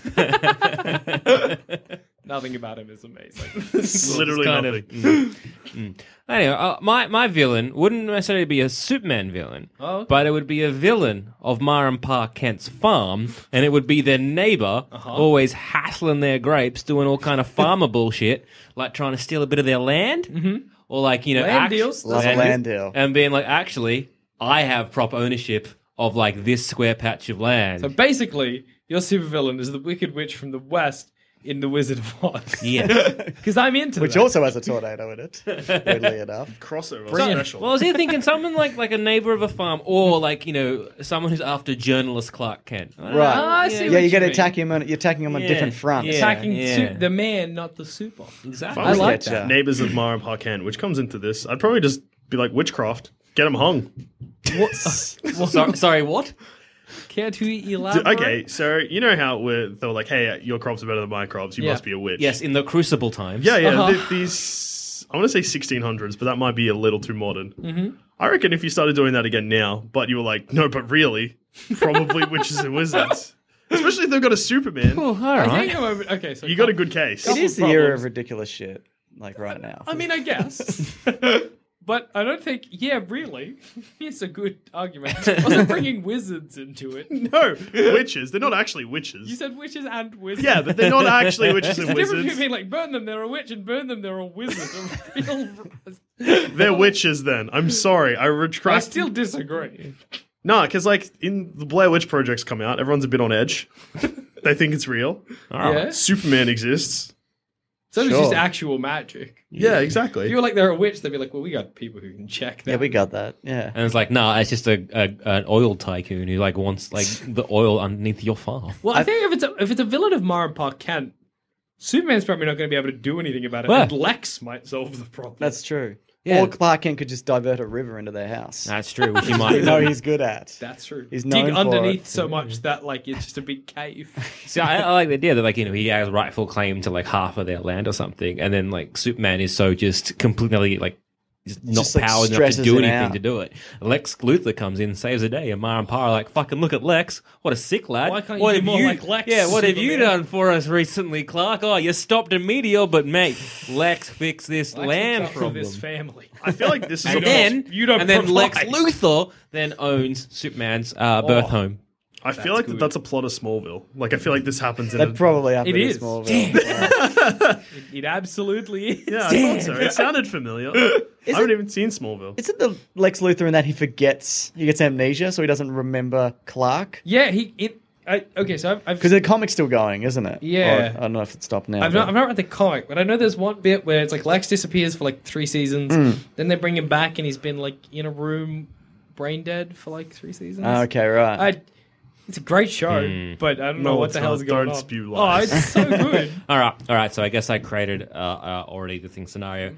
S5: Nothing about him is amazing.
S1: Literally
S2: kind Mm.
S1: nothing.
S2: Anyway, uh, my my villain wouldn't necessarily be a Superman villain,
S5: Oh, okay.
S2: but it would be a villain of Maram Park Kent's farm, and it would be their neighbor always hassling their grapes, doing all kind of farmer bullshit, like trying to steal a bit of their land, mm-hmm. or like you know
S5: Land deals?
S3: Love a land deal.
S2: and being like, actually, I have prop ownership of like this square patch of land.
S5: So basically, your supervillain is the Wicked Witch from the West in The Wizard of Oz.
S2: yeah.
S5: Because I'm into
S3: Which
S5: that.
S3: also has a tornado in it, weirdly enough.
S1: Crossover special.
S2: Well, I was here thinking someone like like a neighbor of a farm, or like you know someone who's after journalist Clark Kent. Oh, I don't know.
S3: Right.
S5: Ah, I see
S3: yeah,
S5: what
S3: you
S5: you
S3: got to
S5: mean.
S3: attack him on you're attacking him on
S2: Yeah,
S3: different fronts.
S2: yeah.
S5: attacking
S2: yeah.
S5: su- the man, not the super.
S2: Exactly.
S3: I
S5: I
S3: like
S5: like
S3: that.
S1: Neighbors of Maram Harkand, which comes into this. I'd probably just be like witchcraft. Get him hung.
S2: sorry, sorry, what?
S5: Can't you
S1: D-
S5: elaborate?
S1: Okay, so you know how we're, they were like, "Hey, uh, your crops are better than my crops. You
S5: Yeah.
S1: must be a witch."
S2: Yes, in the Crucible times.
S1: Yeah, yeah.
S2: Uh-huh.
S1: th- these I want to say 1600s, but that might be a little too modern. Mm-hmm. I reckon if you started doing that again now, but you were like, "No, but really, probably witches and wizards." Especially if they've got a Superman,
S2: Well, all right.
S5: I think I'm over- okay, so
S1: you got a good case.
S3: It is the
S5: Couple
S3: era
S5: problems.
S3: of ridiculous shit, like right now.
S5: I mean, I guess. but I don't think. Yeah, really. It's a good argument. Also, bringing wizards into it.
S1: No, witches. They're not actually
S5: You
S1: witches.
S5: said witches and wizards.
S1: Yeah, but they're not actually witches and
S5: The difference
S1: wizards.
S5: between like burn them, they're a witch, and burn them, they're a wizard. A real-
S1: They're witches. Then I'm sorry, I
S5: I
S1: retract.
S5: still disagree.
S1: Nah, because like in the Blair Witch Project's come out, everyone's a bit on edge. they think it's real.
S5: Yeah.
S1: Superman exists.
S5: So it's
S3: Sure.
S5: just actual magic.
S1: Yeah,
S5: If
S1: exactly.
S5: you were like they're a witch, they'd be like, well, we got people who can check that.
S3: yeah, we got that. Yeah.
S2: And it's like, nah, it's just a, a an oil tycoon who like wants like the oil underneath your farm.
S5: well, I, think if it's a, if it's a villain of Mara Park Kent, Superman's probably not going to be able to do anything about it.
S2: Well.
S5: And Lex might solve the problem.
S3: That's true.
S2: Yeah.
S3: Or Clark Kent could just divert a river into their house.
S2: That's true. Which you
S3: you
S2: might
S3: know he's good at.
S5: That's true.
S3: He's known
S5: Dig
S3: for
S5: underneath
S3: it.
S5: so much that like it's just a big cave.
S2: see. I, I like the idea that like you know he has rightful claim to like half of their land or something, and then like Superman is so just completely like. just Not
S3: Just, like,
S2: powered enough to
S3: stresses
S2: do
S3: it
S2: anything
S3: out.
S2: to do it. Lex Luthor comes in, saves the day, and Mara and Pa are like, "Fucking look at Lex! What a sick lad!
S5: Why can't you
S2: what
S5: be
S2: have
S5: more like Lex,
S2: Yeah, what have you
S5: Superman?"
S2: done for us recently, Clark? Oh, you stopped a meteor, but mate, Lex fixed this land
S5: for
S2: problem.
S5: this family.
S1: I feel like this is almost,
S2: and then
S5: you don't
S2: and then
S5: provide.
S2: Lex Luthor then owns Superman's uh, birth home.
S1: I feel like that that's a plot of Smallville. Like I feel like this happens in a,
S3: That probably happened
S5: It
S3: in
S5: is.
S3: Smallville.
S5: It absolutely is.
S1: Yeah, I thought so. It sounded familiar. I haven't even seen Smallville.
S3: Isn't the Lex Luthor in that he forgets, he gets amnesia, so he doesn't remember Clark?
S5: Yeah, he. It, I, okay, so I've, I've
S3: Because the comic's still going, isn't it?
S5: Yeah.
S3: Or- I don't know if it stopped now.
S5: I've
S3: but-
S5: not, I've not read the comic, but I know there's one bit where it's like Lex disappears for like three seasons,
S3: Hmm.
S5: then they bring him back and he's been like in a room, brain dead for like three seasons.
S3: Ah, okay, right.
S5: I, it's a great show, but I don't
S1: Hmm. No,
S5: know what
S1: it's
S5: the hell's
S1: not.
S5: going
S1: Don't
S5: on.
S1: spew
S5: oh,
S1: lies.
S5: it's so good.
S2: All right, all right. So I guess I created uh, uh, already the thing scenario.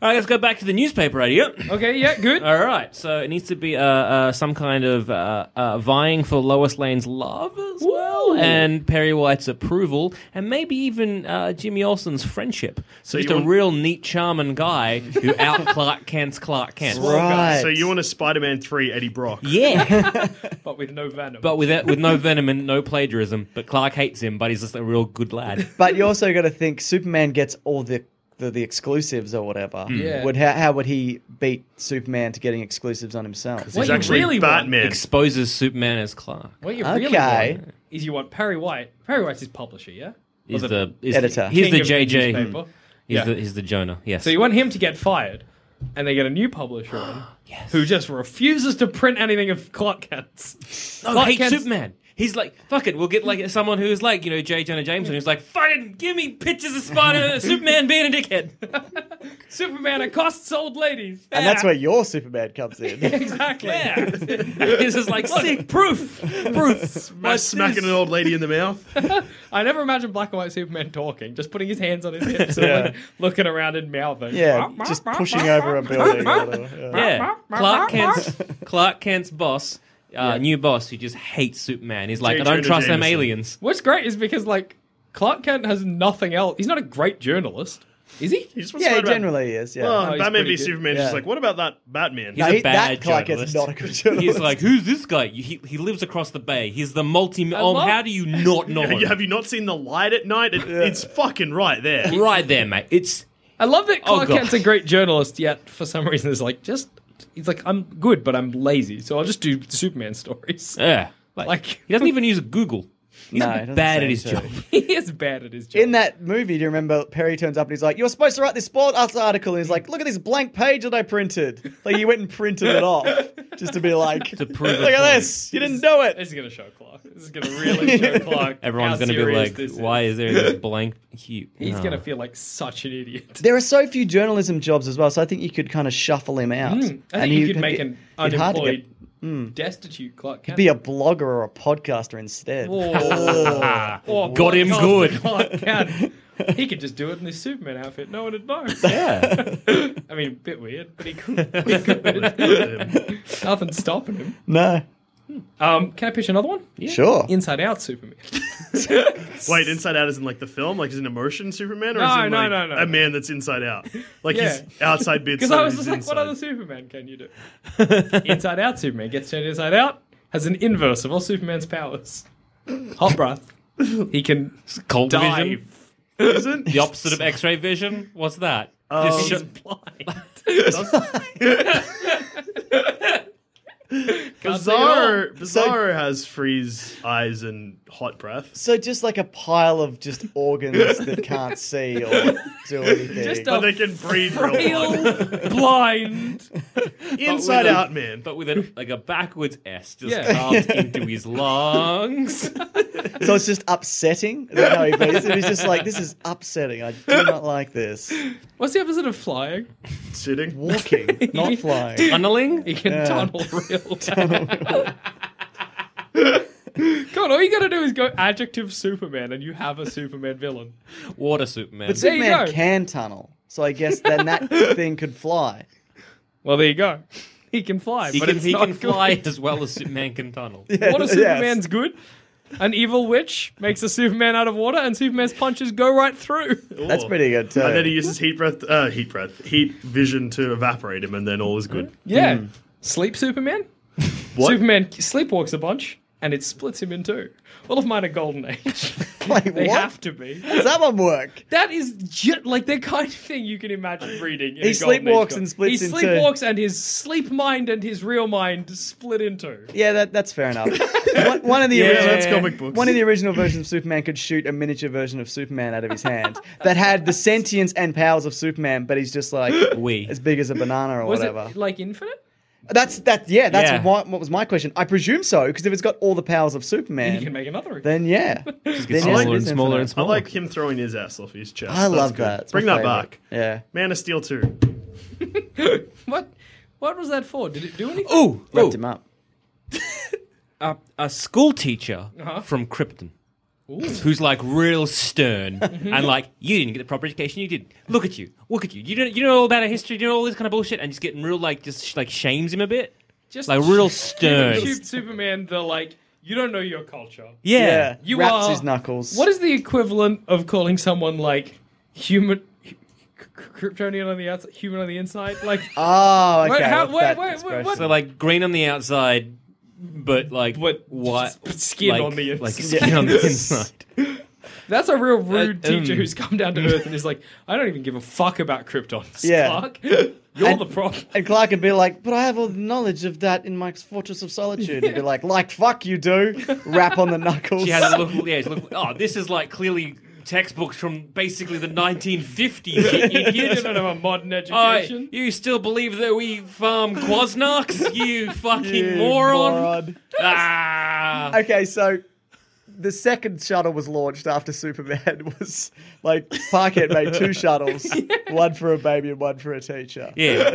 S2: All right, let's go back to the newspaper idea.
S5: okay, yeah, good.
S2: All right, so it needs to be uh, uh, some kind of uh, uh, vying for Lois Lane's love as well, and Perry White's approval, and maybe even uh, Jimmy Olsen's friendship. So
S1: you
S2: just a
S1: want-
S2: real neat, charming guy who out Clark Kent's Clark Kent.
S3: right.
S1: So you want a Spider-Man three Eddie Brock?
S2: Yeah,
S5: But with no venom.
S2: but with uh, with no venom and no plagiarism. But Clark hates him, but he's just a real good lad.
S3: But you also got to think Superman gets all the the, the exclusives or whatever.
S5: Yeah.
S3: Would how, how would he beat Superman to getting exclusives on himself?
S5: what
S1: He's
S5: you
S1: actually
S5: really
S1: Batman.
S2: Exposes Superman as Clark.
S5: want, what you really
S3: Okay.
S5: want, is you want Perry White. Perry White's his publisher, yeah.
S2: He's the is
S3: editor.
S2: He's
S5: King
S2: the
S5: of
S2: JJ.
S1: Hmm.
S5: newspaper.
S2: He's
S5: Yeah.
S2: the he's the Jonah. Yes.
S5: So you want him to get fired, and they get a new publisher in, who just refuses to print anything of Clark Kent's.
S2: No,
S5: Clark
S2: Oh, hate
S5: Kent's-
S2: Superman. He's like, fuck it, we'll get like someone who's like, you know, J. Jonah Jameson, who's like, fucking give me pictures of Spider Superman being a dickhead.
S5: Superman accosts old ladies.
S3: And that's where your Superman comes in.
S5: Exactly.
S2: Yeah. this is like sick proof. Proof.
S1: Am I smacking an old lady in the mouth?
S5: I never imagined black and white Superman talking, just putting his hands on his hips and like, looking around and mouthing.
S3: yeah, just pushing over a building. Or whatever. Yeah.
S2: Yeah. Clark Kent's Clark Kent's boss, uh, new boss who just hates Superman. He's like,
S1: J.
S2: I don't
S1: Jonah
S2: trust them
S1: Jameson.
S2: aliens.
S5: What's great is because like Clark Kent has nothing else. He's not a great journalist, is he?
S1: He just wants to
S3: Yeah, he
S1: write about-
S3: generally is. Yeah.
S1: Well,
S5: Oh, he's
S1: Batman
S5: pretty
S1: v
S5: good.
S1: Superman.
S3: Yeah.
S1: She's like, what about that Batman?
S2: He's
S3: No,
S2: a
S3: he-
S2: bad
S3: that Clark
S2: journalist.
S3: is not a good journalist.
S2: He's like, who's this guy? He, he lives across the bay. He's the multi. Um,
S5: love-
S2: how do you not know? him?
S1: Have you not seen the light at night? It, It's fucking right there.
S2: right there, mate. It's
S5: I love that
S2: Oh,
S5: Clark
S2: God.
S5: Kent's a great journalist, yet for some reason is like just he's like I'm good, but I'm lazy, so I'll just do Superman stories.
S2: yeah. Like,
S5: Like-
S2: he doesn't even use Google. He's
S3: No, he doesn't
S2: bad
S3: say
S2: at his
S3: so.
S2: job.
S5: he is bad at his job.
S3: In that movie, do you remember Perry turns up and he's like, "You're supposed to write this sport us article." And he's like, "Look at this blank page that I printed." Like he went and printed it off just to be like, "Look
S2: prove a
S3: at
S2: point.
S3: this, you didn't do it."
S5: this is gonna show Clark. This is gonna really show Clark.
S2: Everyone's
S5: how
S2: going to be
S5: serious
S2: like,
S5: this
S2: why is there this blank? He,
S5: He's
S2: no.
S5: gonna feel like such an idiot.
S3: There are so few journalism jobs as well, so I think you could kind of shuffle him out.
S5: Mm, Hmm, I think you could make an
S3: it'd hard to get-
S5: unemployed, destitute Clark Kent.
S3: be a blogger or a podcaster instead.
S5: Oh, oh,
S2: Got him
S5: podcast
S2: good.
S5: Clark Kent. He could just do it in this Superman outfit. No one would know.
S2: Yeah.
S5: I mean, a bit weird, but he could. He could. Nothing's stopping him.
S3: No,
S5: Um, can I pitch another one?
S3: sure.
S5: Inside Out Superman.
S1: Wait, Inside Out isn't like the film, like is an emotion Superman, or
S5: No,
S1: is it
S5: no,
S1: like
S5: no, no,
S1: a
S5: no.
S1: man that's inside out, like
S5: Yeah.
S1: he's outside bits.
S5: Because I was just like, what other Superman can you do? inside Out Superman gets turned inside out, has an inverse of all Superman's powers. Hot breath. He can
S2: Cold
S5: dive.
S2: vision.
S1: isn't?
S2: The opposite of X ray vision. What's that? Just
S5: He's
S1: Um,
S2: sh-
S5: blind.
S1: Bizarro, Bizarro has freeze eyes and hot breath.
S3: So just like a pile of just organs that can't see or do anything.
S5: Just
S1: But
S5: a
S1: they can breathe real hard.
S5: real blind.
S1: Inside
S2: with a-
S1: out, man.
S2: but with a, like a backwards S just
S5: Yeah.
S2: carved into his lungs.
S3: So it's just upsetting. Is that how he plays it? He's just like, this is upsetting. I do not like this.
S5: What's the opposite of flying?
S1: sitting.
S3: Walking, not flying.
S2: Tunneling?
S5: He can tunnel real. God, all you gotta do is go adjective Superman, and you have a Superman villain.
S2: Water Superman.
S3: But
S5: There you
S3: Superman
S5: go.
S3: can tunnel. So I guess then that thing could fly.
S5: Well, there you go. He can fly,
S2: he
S5: but
S2: can,
S5: it's
S2: he
S5: not
S2: can
S5: good.
S2: fly as well as Superman can tunnel.
S5: What if
S3: Yes.
S5: Superman's good? An evil witch makes a Superman out of water, and Superman's punches go right through.
S2: Mm.
S3: That's pretty good too.
S1: And then he uses heat breath, uh, heat breath, heat vision to evaporate him, and then all is good.
S5: Yeah, sleep Superman.
S1: What?
S5: Superman sleepwalks a bunch, and it splits him in two. All of mine are golden age.
S3: like,
S5: they
S3: what?
S5: have to be.
S3: Does that one work?
S5: That is ju- like the kind of thing you can imagine reading. In
S3: He
S5: a Golden Age
S3: sleepwalks
S5: book.
S3: and splits
S5: He
S3: in two.
S5: sleepwalks and his sleep mind and his real mind split in two.
S3: Yeah, that, that's fair enough. One, one of the original,
S1: that's comic books.
S3: One of the original versions of Superman could shoot a miniature version of Superman out of his hand that had the sentience and powers of Superman, but he's just like
S2: We.
S3: as big as a banana or
S5: Was
S3: whatever.
S5: it like infinite?
S3: That's that. Yeah, that's
S2: Yeah.
S3: What, what was my question. I presume so because if it's got all the powers of
S5: You can
S3: Superman,
S5: make another.
S3: then yeah, then yes, it
S2: smaller and
S3: is
S2: smaller and
S3: infinite.
S1: I
S2: smaller.
S1: like him throwing his ass off his chest.
S3: I
S1: That's
S3: love
S1: good.
S3: that. It's my
S1: Bring that
S3: favorite.
S1: back.
S3: Yeah,
S1: Man of Steel 2.
S5: what? What was that for? Did it do anything?
S2: Ooh,
S3: ripped him
S2: ooh
S3: up.
S2: a, a school teacher
S5: Uh-huh.
S2: from Krypton. Who's like real stern
S5: Mm-hmm.
S2: and like you didn't get the proper education you did. Look at you, look at you. You don't, you know all about our history. You know all this kind of bullshit, and just getting real like just sh- like shames him a bit,
S5: Just
S2: like real stern.
S5: Shoot Superman. The like you don't know your culture.
S2: Yeah.
S3: Yeah,
S5: You
S3: wraps
S5: are-
S3: his knuckles.
S5: What is the equivalent of calling someone like human? K- Kryptonian on the outside, human on the inside. Like,
S3: Oh, okay.
S5: Wait, how-
S3: what's
S5: wait,
S3: that
S5: wait, wait,
S3: expression?
S5: what-
S2: So like green on the outside, but like
S5: But
S2: what
S5: just skin
S2: like-
S5: on the
S2: like
S5: inside.
S2: skin on the inside.
S5: That's a real rude
S2: Uh,
S5: teacher
S2: um.
S5: who's come down to earth and is like, I don't even give a fuck about Krypton,
S3: Yeah.
S5: Clark. You're
S3: And-
S5: the problem.
S3: And Clark would be like, but I have all the knowledge of that in Mike's Fortress of Solitude. He'd be like, like, fuck you do. Rap on the knuckles.
S2: She has a look. Yeah, she's look. Oh, this is like clearly textbooks from basically the 1950s. You
S5: You
S2: idiot.
S5: don't have a modern
S2: I,
S5: education.
S2: you still believe that we farm Quasnarks? You fucking
S3: You
S2: moron.
S3: moron.
S2: Ah.
S3: Okay, so the second shuttle was launched after Superman was like, Parkhead made two shuttles, one for a baby and one for a teacher.
S2: Yeah,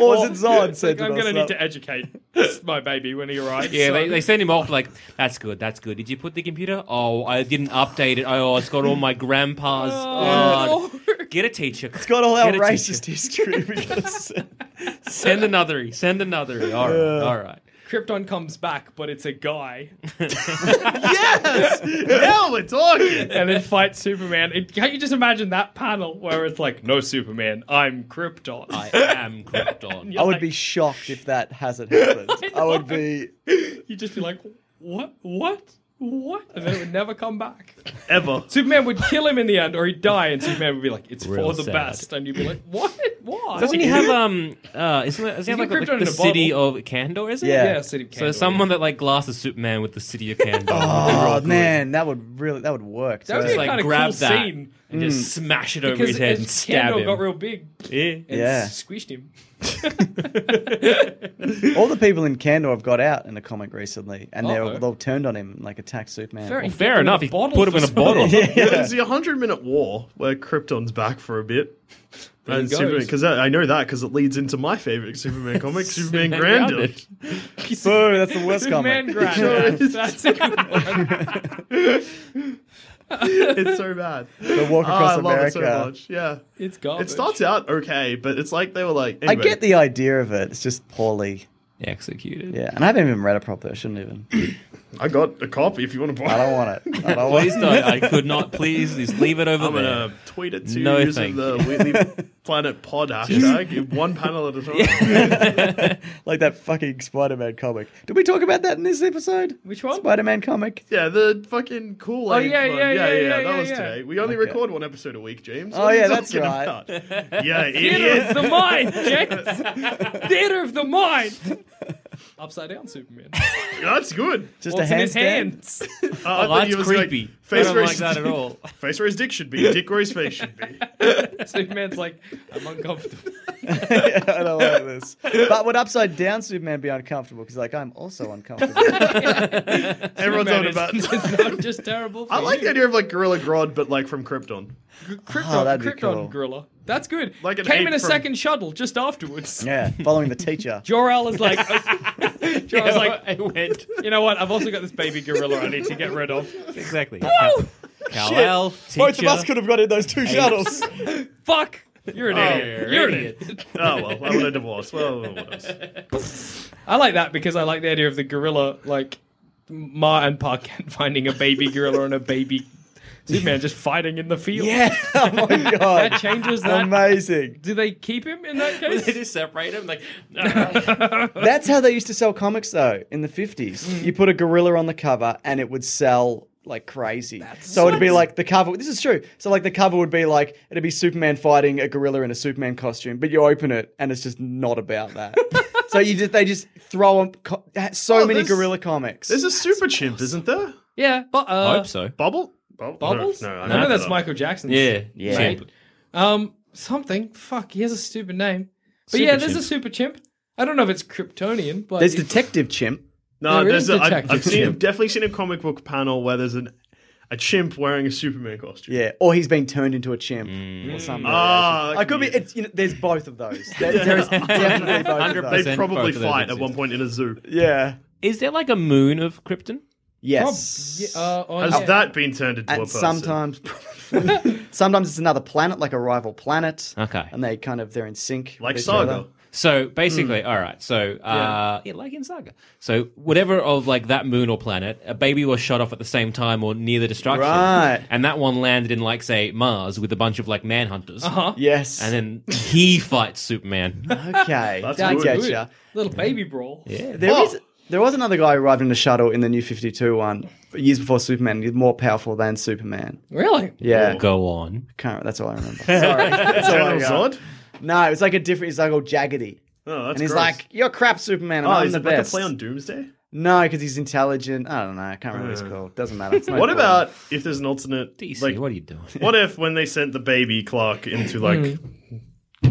S3: Or was it Zod
S5: It's like,
S3: said
S5: I'm
S3: to
S5: going to
S3: us that-
S5: need to educate my baby when he arrives.
S2: yeah.
S5: so-
S2: They, they send him off like, that's good, that's good. Did you put the computer? Oh, I didn't update it. Oh, it's got all my grandpa's.
S5: Oh,
S2: Oh, Get a teacher.
S3: It's got all our
S2: Get a teacher.
S3: racist history. Because
S2: Send another. Send another. All right. All right.
S5: Krypton comes back, but it's a guy,
S1: yes! now we're talking!
S5: and then fights Superman. It, can't you just imagine that panel where it's like, "No, Superman, I'm Krypton."
S2: I am Krypton.
S3: I would be shocked if that hasn't happened. I, would be.
S5: You'd just be like, "What? What? What?" And then it would never come back.
S1: Ever.
S5: Superman would kill him in the end, or he'd die, and Superman would be like, "It's
S2: Real
S5: for the
S2: sad.
S5: best," and you'd be like, "What? Why?"
S2: Doesn't he have um? Uh, isn't that, doesn't he have
S5: got
S2: like
S5: Krypton
S2: the,
S5: in a
S2: the city
S5: bottle.
S2: of Kandor? Is it?
S3: Yeah.
S5: yeah, City of
S2: So
S5: Candor,
S2: someone that like glasses Superman with the city of Kandor.
S3: Oh man, that would really that would work.
S5: That would
S3: too.
S5: be
S2: just
S5: a
S2: like
S5: kinda
S2: grab
S5: cool
S2: that
S5: scene.
S2: and just smash it over
S5: because
S2: his head
S5: his
S2: and stab
S5: Kandor
S2: him.
S5: got real big
S2: yeah.
S5: and
S3: Yeah.
S5: squished him.
S3: All the people in Kandor have got out in a comic recently, and
S5: Uh-oh.
S3: they're they've turned on him and, like attacked Superman.
S5: Fair-
S2: Well,
S5: He put
S2: fair
S5: him in
S2: enough.
S5: a
S2: He
S5: bottle
S2: put him
S5: for
S2: in a
S5: some
S2: bottle.
S1: There's the 100 minute war where Krypton's back for a bit.
S5: There
S1: And
S5: he goes.
S1: Superman, because I I know that because it leads into my favorite Superman comic, Superman Grandeur.
S2: Grounded.
S3: Boo, that's the worst
S5: Superman
S3: comic.
S5: grab.
S1: is.
S5: That's a good one.
S1: It's so bad.
S3: The walk
S1: Ah,
S3: across
S1: I love it
S3: America.
S1: so much. Yeah,
S5: It's garbage.
S1: it starts out okay, but it's like they were like.
S3: I
S1: Anyway,
S3: get the idea of it. It's just poorly.
S2: Executed.
S3: Yeah, and I haven't even read it properly. I shouldn't even.
S1: I got a copy if you want to buy.
S3: I
S1: it.
S3: don't want it. I don't want
S2: Please don't. I could not. Please, just leave it over
S1: I'm
S2: there.
S1: gonna tweet it to
S2: No,
S1: you using
S2: thank
S1: the Wheatley Planet Pod hashtag, one panel at a time.
S3: like that fucking Spider-Man comic. Did we talk about that in this episode?
S5: Which one?
S3: Spider-Man comic.
S1: Yeah, the fucking cool.
S5: Oh, yeah, yeah, yeah, yeah,
S1: That
S5: yeah,
S1: was
S5: yeah.
S1: today. We only record one episode a week, James.
S3: Oh,
S1: What are you
S3: yeah, that's
S1: talking
S3: right.
S1: about? yeah,
S5: Theater
S1: idiot.
S5: of the mind, James. Theater of the mind. Upside down Superman.
S1: that's good.
S3: Just
S5: What's
S3: a
S5: in his
S3: handstand.
S5: hands?
S1: Uh, I thought
S2: Oh, that's
S1: you was like,
S2: creepy. I
S1: face
S2: don't
S1: where
S2: like
S1: his-
S2: that at all.
S1: Face where his dick should be. Dick where his face should be.
S5: Superman's like, I'm uncomfortable.
S3: I don't like this. But would upside down Superman be uncomfortable? Because like I'm also uncomfortable.
S1: Everyone's on
S5: Superman
S1: about.
S5: is- is not just terrible. For
S1: I like
S5: you. Oh,
S1: the idea of like Gorilla Grodd, but like from Krypton.
S5: Krypton,
S3: that'd be
S5: Krypton
S3: cool.
S5: gorilla. That's good.
S1: Like an
S5: Came
S1: ape
S5: in a
S1: from-
S5: second shuttle just afterwards.
S3: yeah, following the teacher.
S5: Jor-El is like, Jor-El's like,
S2: I went
S5: you know what? I've also got this baby gorilla I need to get rid of.
S2: exactly. Kal-El,
S3: Both of
S2: teacher.
S3: us could have got in those two shuttles.
S5: Fuck! You're an idiot. You're an idiot.
S1: Oh well, I want a divorce. Well, what else?
S5: I like that because I like the idea of the gorilla, like Ma and Pa Kent finding a baby gorilla and a baby Superman just fighting in the field.
S3: yeah. Oh my god. Oh,
S5: That changes that.
S3: Amazing.
S5: Do they keep him in that
S2: They
S5: case?
S2: just separate him. Like,
S3: That's how they used to sell comics though in the
S1: Mm.
S3: 50s. You put a gorilla on the cover and it would sell like crazy. so it'd be like the cover this is true. So like the cover would be like it'd be Superman fighting a gorilla in a Superman costume, but you open it and it's just not about that. so you just they just throw on co- so
S1: Oh,
S3: many
S1: this-
S3: gorilla comics.
S1: There's a super chimp, isn't there?
S5: yeah, but uh,
S2: I hope so.
S1: Bubble? Bubble?
S5: Bubbles?
S1: No, no, I
S5: I know
S1: made
S5: that's
S1: that up.
S5: Michael Jackson's.
S2: Yeah.
S3: Yeah.
S2: Chimp.
S5: Um, something. Fuck, he has a stupid name. But
S2: Super
S5: yeah, there's
S2: chimp.
S5: a super chimp. I don't know if it's Kryptonian, but
S3: There's
S5: it-
S3: Detective Chimp.
S1: No,
S5: There
S1: there's
S5: is
S1: a, I,
S5: Detective
S1: I've seen,
S5: Chimp.
S1: definitely seen a comic book panel where there's an a chimp wearing a Superman costume.
S3: Yeah, or he's been turned into a chimp
S5: Mm.
S3: or something.
S1: Ah,
S3: I could be. It's, you know, there's both of those. There, there is definitely both of those.
S1: They
S2: 100%.
S1: probably
S2: Both of those
S1: fight at
S2: exist.
S1: one point in a zoo.
S3: Yeah.
S2: Is there like a moon of Krypton?
S5: Prob-
S3: Yes.
S5: yeah, uh, oh,
S1: Has
S5: yeah.
S1: that been turned into a
S3: and
S1: person?
S3: sometimes, sometimes it's another planet, like a rival planet.
S2: Okay.
S3: And they kind of they're in sync. with
S1: like
S3: each
S1: Saga.
S3: other.
S2: So basically, all right. So uh, yeah. like in Saga. So whatever of like that moon or planet, a baby was shot off at the same time or near the destruction,
S3: Right.
S2: And that one landed in like say Mars with a bunch of like manhunters, uh-huh.
S3: Yes.
S2: and then he fights Superman.
S3: okay,
S1: That's
S3: I
S1: good.
S3: get
S5: Ooh,
S3: ya.
S5: little baby brawl.
S3: There
S1: Oh.
S3: is- there was another guy who arrived in a shuttle in the New Fifty Two one years before Superman. He's more powerful than Superman.
S1: Oh.
S5: Really?
S3: Yeah,
S2: Go on.
S3: can't. That's all I remember. Sorry. That's all I
S1: General
S3: got.
S1: Zod?
S3: No, it's like a different. It's like all jaggedy.
S1: Oh, that's
S3: and he's
S1: gross.
S3: like, "You're crap, Superman. and
S1: oh,
S3: I'm
S1: is
S3: the
S1: it like
S3: best."
S1: a play on Doomsday?
S3: No, because he's intelligent. I don't know. I can't remember what he's called. Doesn't matter. It's not
S1: Uh. What
S3: important.
S1: about if there's an alternate?
S2: DC,
S1: like,
S2: what are you doing?
S1: what if when they sent the baby Clark into like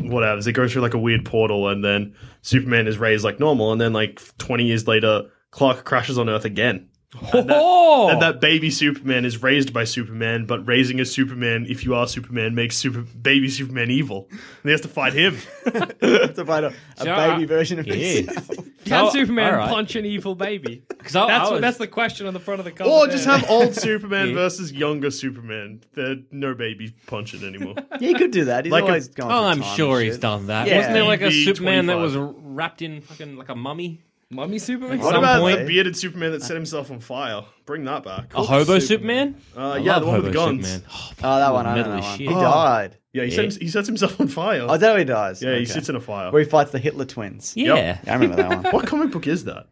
S1: whatever, it goes through like a weird portal, and then Superman is raised like normal, and then like 20 years later, Clark crashes on Earth again.
S5: Oh,
S1: And that baby Superman is raised by Superman, but raising a Superman, if you are Superman, makes super baby Superman evil. And he has to fight him.
S3: to find a, a
S2: Sure.
S3: baby version of
S2: Yeah.
S3: himself?
S5: can
S2: Oh,
S5: Superman
S2: all right.
S5: punch an evil baby?
S2: 'Cause I- I
S5: that's
S2: was-
S5: what, that's the question on the front of the
S3: Oh,
S5: cover.
S1: or just
S5: there.
S1: have old Superman versus younger Superman. They're no baby punching anymore.
S3: Yeah, he could do that. He's
S1: Like a-
S3: always gone.
S2: Oh,
S3: through
S2: I'm
S3: time
S2: sure
S3: and
S2: he's
S3: shit.
S2: done that.
S3: Yeah.
S2: Wasn't there like a
S1: EV25.
S2: Superman that was wrapped in fucking like a mummy?
S5: Mummy Superman.
S1: What
S2: Some
S1: about the
S2: point- Uh,
S1: bearded Superman that set himself on fire? Bring that back.
S2: A hobo Superman?
S1: Uh, yeah, the one with the guns.
S3: Oh, that one. I
S2: Middle
S3: know
S2: of
S3: that one.
S2: shit.
S3: He died.
S1: Yeah, he, set him- he sets himself on fire.
S3: Oh, there he dies.
S1: yeah,
S3: okay.
S1: he sits in a fire.
S3: Where he fights the Hitler twins.
S2: Yeah.
S3: Yeah, I remember that one.
S1: What comic book is that?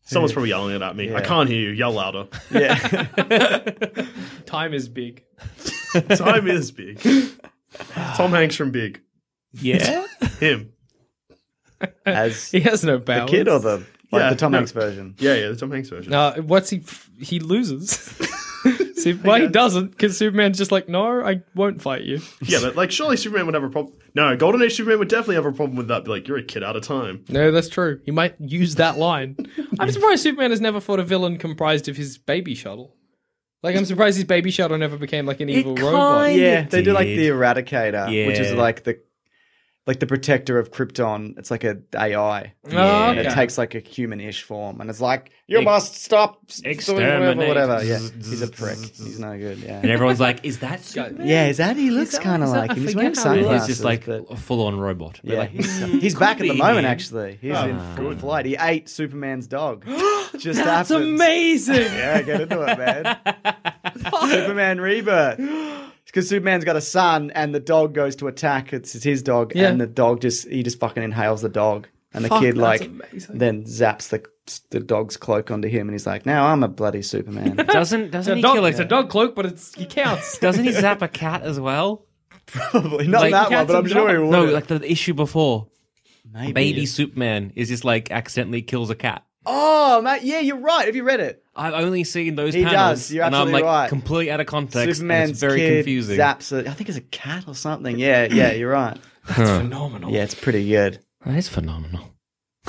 S1: Someone's probably yelling it at me. I can't hear you. Yell louder.
S3: Yeah.
S5: Time is big.
S1: Time is big. Tom Hanks from Big.
S2: Yeah.
S1: Him.
S3: As
S5: He
S3: the
S5: has no balance.
S3: kid or the like
S1: Yeah,
S3: the Tom
S1: no.
S3: Hanks version.
S1: Yeah, yeah, the Tom Hanks version.
S5: Uh, what's he? F- he loses. See, well, he doesn't because Superman's just like, no, I won't fight you.
S1: Yeah, but like surely Superman would have a problem. No, Golden Age Superman would definitely have a problem with that. Be like, you're a kid out of time.
S5: No, that's true. He might use that line. I'm surprised Superman has never fought a villain comprised of his baby shuttle. Like, I'm surprised his baby shuttle never became like an evil robot.
S2: kind-
S3: Yeah, they do like
S2: Indeed.
S3: the Eradicator, which is
S2: Yeah.
S3: like the like the protector of Krypton. It's like a AI.
S5: Oh,
S3: And
S5: okay.
S3: it takes like a humanish form, and it's like you must stop s- doing whatever,
S2: exterminate.
S3: whatever. Yeah, he's a prick. He's no good.
S2: And
S3: Yeah,
S2: everyone's like, is that Superman?
S3: yeah. Is that he looks kind of like him? He's wearing
S2: And
S3: sunglasses.
S2: he's just like
S3: but-
S2: a full on robot. They're
S3: yeah,
S2: like,
S3: he's,
S5: Mm,
S3: he's back at the
S2: be
S3: moment.
S2: him.
S3: Actually, he's in full flight. He ate Superman's dog. Just happens.
S5: That's amazing.
S3: Yeah, get into it, man. Superman rebirth. Because Superman's got a son, and the dog goes to attack. It's, it's his dog,
S5: Yeah.
S3: and the dog just he just fucking inhales the dog, and the
S5: Fuck,
S3: kid
S5: that's
S3: like
S5: amazing.
S3: then zaps the the dog's cloak onto him, and he's like, "Now I'm a bloody Superman."
S2: doesn't doesn't
S5: It's a
S2: he
S5: dog,
S2: kill
S5: it's a dog cloak, but it's he counts.
S2: Doesn't he zap a cat as well?
S3: Probably not
S2: Like,
S3: that one,
S5: cats
S3: but I'm
S5: and
S3: sure he
S5: dogs.
S3: would.
S2: No, like the issue before,
S3: Maybe.
S2: baby Superman is just like accidentally kills a cat.
S3: Oh, mate, yeah, you're right. Have you read it?
S2: I've only seen those
S3: He
S2: panels,
S3: does. You're
S2: and I'm like
S3: absolutely right.
S2: completely out of context. and
S3: Superman's
S2: it's very
S3: kid
S2: confusing.
S3: zaps. A, I think it's a cat or something. Yeah, yeah, you're right.
S5: That's phenomenal.
S3: Yeah, it's pretty good.
S2: That is phenomenal.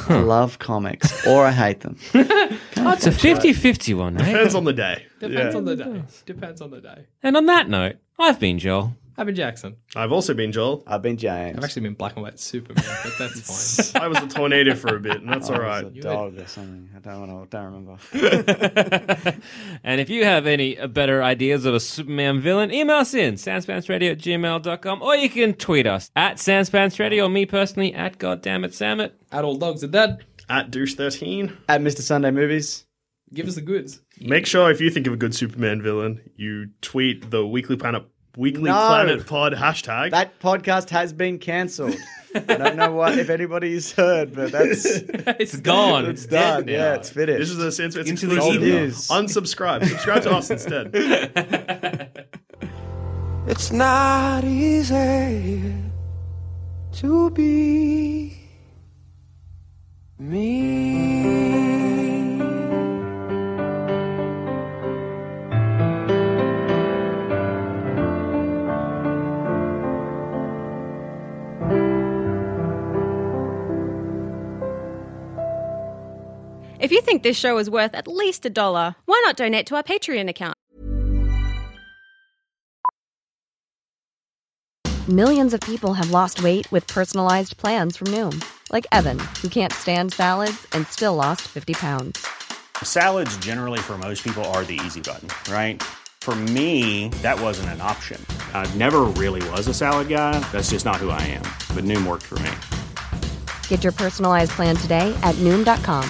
S3: I love comics, or I hate them.
S2: It's a 50-50 one, right?
S1: Depends on the day.
S5: Depends on the day. Depends on the day.
S2: and on that note, I've been Joel.
S5: I've been Jackson.
S1: I've also been Joel.
S3: I've been James.
S5: I've actually been black and white Superman, but that's fine.
S1: I was a tornado for a bit, and that's all right.
S3: It's a dog or something. I don't want to. Don't remember.
S2: And if you have any uh, better ideas of a Superman villain, email us in sanspantsradio at gmail.com or you can tweet us at sanspantsradio or me personally at goddammitsam it.
S5: At all dogs are dead.
S1: At douche thirteen.
S3: At Mr. Sunday Movies.
S5: Give us the goods.
S1: Make sure if you think of a good Superman villain, you tweet the Weekly Planet Weekly
S3: No.
S1: Planet Pod hashtag.
S3: That podcast has been cancelled. I don't know what if anybody's heard, but that's
S2: It's gone.
S3: it's done.
S2: dead now.
S3: Yeah, it's finished.
S1: this is a sense it's
S2: Into the
S1: exclusive.
S3: ether. Yes.
S1: Unsubscribe. Subscribe to us instead.
S6: It's not easy to be me.
S7: If you think this show is worth at least a dollar, why not donate to our Patreon account?
S8: Millions of people have lost weight with personalized plans from Noom, like Evan, who can't stand salads and still lost 50 pounds.
S9: Salads, generally, for most people, are the easy button, right? For me, that wasn't an option. I never really was a salad guy. That's just not who I am. But Noom worked for me.
S8: Get your personalized plan today at Noom.com.